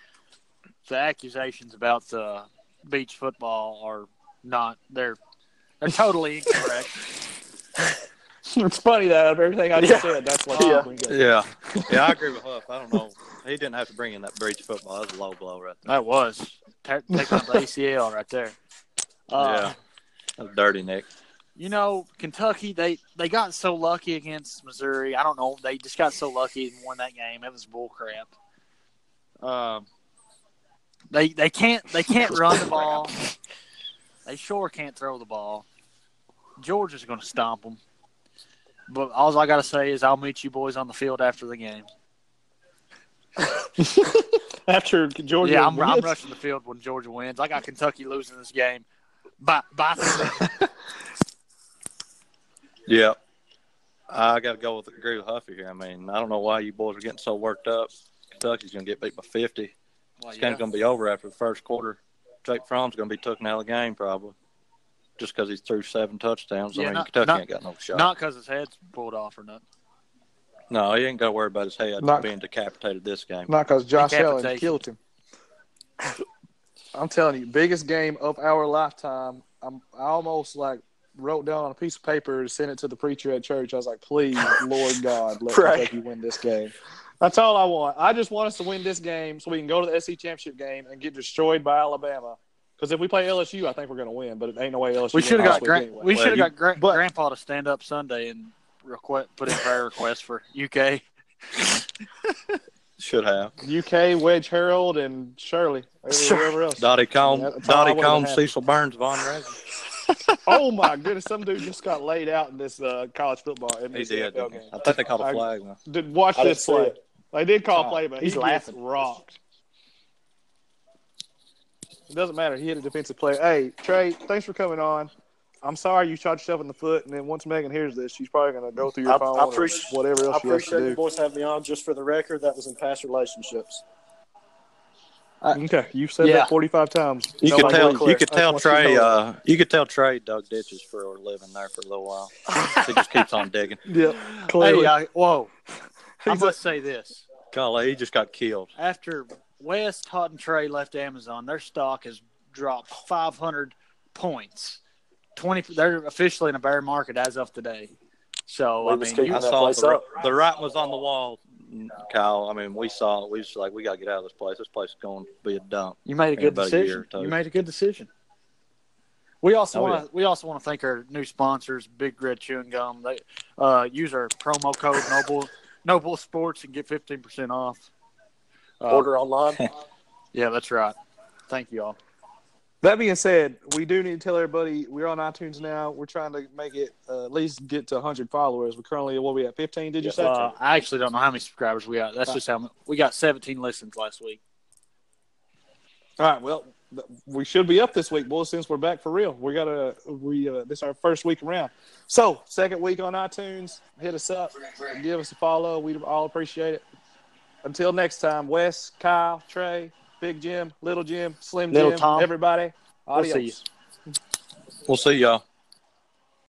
Speaker 3: the accusations about the beach football are not they're they're totally incorrect.
Speaker 1: (laughs) it's funny that out of everything I just said,
Speaker 3: (laughs)
Speaker 1: that's what
Speaker 4: Yeah.
Speaker 1: I'm gonna go.
Speaker 2: Yeah, yeah, I agree with Huff. I don't know. He didn't have to bring in that breach football. That was a low blow right there.
Speaker 3: that was ta- taking out the ACL right there. Uh,
Speaker 2: yeah, that was dirty Nick.
Speaker 3: You know, Kentucky they they got so lucky against Missouri. I don't know. They just got so lucky and won that game. It was bull crap. Um, they they can't they can't run the ball. They sure can't throw the ball. Georgia's going to stomp them. But all I got to say is I'll meet you boys on the field after the game.
Speaker 1: (laughs) After Georgia,
Speaker 3: yeah, I'm, I'm
Speaker 1: wins.
Speaker 3: rushing the field when Georgia wins. I got Kentucky losing this game. Bye bye.
Speaker 1: (laughs)
Speaker 2: Yeah. I got to go with agree with Huffy here. I mean, I don't know why you boys are getting so worked up. Kentucky's going to get beat by 50. It's
Speaker 3: Well,
Speaker 2: kind
Speaker 3: Oh, yeah.
Speaker 2: of going to be over after the first quarter. Jake Fromm's going to be taken out of the game probably just because he's threw seven touchdowns. I
Speaker 3: Yeah,
Speaker 2: mean,
Speaker 3: not-
Speaker 2: Kentucky
Speaker 3: not-
Speaker 2: ain't got no shot.
Speaker 3: Not because his head's pulled off or nothing.
Speaker 2: no, he ain't got to worry about his head
Speaker 1: Not-
Speaker 2: being decapitated this game.
Speaker 1: Not because Josh Allen
Speaker 3: Decapitation.
Speaker 1: killed him. I'm telling you, biggest game of our lifetime. I'm, I almost like wrote down on a piece of paper to send it to the preacher at church. I was like, please, Lord God, let
Speaker 4: Right.
Speaker 1: Kentucky win this game. That's all I want. I just want us to win this game so we can go to the SEC championship game and get destroyed by Alabama. Because if we play LSU, I think we're going to win. But it ain't no way LSU.
Speaker 3: We should
Speaker 1: wins
Speaker 3: have got
Speaker 1: this
Speaker 3: Grant.
Speaker 1: week
Speaker 3: We
Speaker 1: anyway.
Speaker 2: Well,
Speaker 3: should have
Speaker 2: you-
Speaker 3: got Grant,
Speaker 1: but-
Speaker 3: Grandpa to stand up Sunday and request put in prayer request for UK.
Speaker 2: Should have.
Speaker 1: UK Wedge Harold and Shirley, or whoever else.
Speaker 2: Dottie Combe,
Speaker 1: Yeah, that's all I
Speaker 2: Dottie
Speaker 1: would've
Speaker 2: Combe,
Speaker 1: had.
Speaker 2: Cecil Burns, Von Reagan.
Speaker 1: oh my goodness, some dude just got laid out in this uh, college football. in
Speaker 2: He
Speaker 1: this NFL
Speaker 2: did. didn't he?
Speaker 1: game.
Speaker 2: I think they called
Speaker 1: I-
Speaker 2: a flag. though.
Speaker 1: Did watch
Speaker 4: I didn't
Speaker 1: this
Speaker 4: see
Speaker 1: play.
Speaker 4: it.
Speaker 1: They did call
Speaker 3: Oh,
Speaker 1: play, but
Speaker 3: he's
Speaker 1: he
Speaker 3: laughing.
Speaker 1: gets rocked. It doesn't matter. He hit a defensive player. Hey, Trey, thanks for coming on. I'm sorry you shot yourself in the foot, and then once Megan hears this, she's probably gonna go through your
Speaker 4: I-
Speaker 1: phone
Speaker 4: I
Speaker 1: or
Speaker 4: appreciate-
Speaker 1: whatever
Speaker 4: I
Speaker 1: else you have
Speaker 4: appreciate
Speaker 1: to
Speaker 4: you
Speaker 1: do.
Speaker 4: boys having me on. Just for the record, that was in past relationships.
Speaker 1: Okay, you've said
Speaker 3: Yeah.
Speaker 1: that 45 times.
Speaker 2: You
Speaker 1: Nobody
Speaker 2: could tell.
Speaker 1: will clear.
Speaker 2: You could
Speaker 1: I
Speaker 2: tell
Speaker 1: just want you to
Speaker 2: Trey.
Speaker 1: know
Speaker 2: Uh, you could tell Trey dug ditches for a living there for a little
Speaker 3: (laughs)
Speaker 2: while. he just keeps on digging.
Speaker 1: that. yeah, clearly.
Speaker 3: Hey, I, whoa! I
Speaker 1: He's
Speaker 3: must say this:
Speaker 2: Golly, he just got killed.
Speaker 3: after West, Todd, and Trey left Amazon, their stock has dropped 500 points. Twenty. They're officially in a bear market as of today. So
Speaker 4: We
Speaker 3: I
Speaker 4: was
Speaker 3: mean,
Speaker 4: keeping
Speaker 3: you,
Speaker 2: I
Speaker 4: that
Speaker 2: saw
Speaker 4: place
Speaker 2: the,
Speaker 4: up.
Speaker 2: ri- the right was on the wall, Kyle. I mean, we saw it. We was like, we got to get out of this place. This place is going to be a dump.
Speaker 3: you made a
Speaker 2: Yeah,
Speaker 3: good
Speaker 2: about a year or
Speaker 3: decision.
Speaker 2: two.
Speaker 3: you made a good decision. We also
Speaker 2: Oh,
Speaker 3: want to we also want to thank our new sponsors, Big Red Chewing Gum. They uh, use our promo code Noble Noble Sports and get fifteen percent off. Uh,
Speaker 4: Order
Speaker 1: (laughs)
Speaker 4: online.
Speaker 3: Yeah, that's right. Thank you all.
Speaker 1: That being said, we do need to tell everybody we're on iTunes now. We're trying to make it uh, at least get to 100 followers. We're currently what are we at 15? Did you
Speaker 4: Yeah,
Speaker 1: say? Uh,
Speaker 3: Uh, I actually don't know how many subscribers we got. That's just how many, we got seventeen listens last week.
Speaker 1: All right. Well, th- we should be up this week, boys. Since we're back for real, we gotta. We uh, this our first week around. So second week on iTunes. Hit us up. Give us a follow. We would all appreciate it. Until next time, Wes, Kyle, Trey, Big Jim, Little Jim, Slim
Speaker 3: Little
Speaker 1: Jim,
Speaker 3: Tom.
Speaker 1: everybody.
Speaker 3: We'll see
Speaker 1: Adios.
Speaker 3: you.
Speaker 2: We'll see y'all.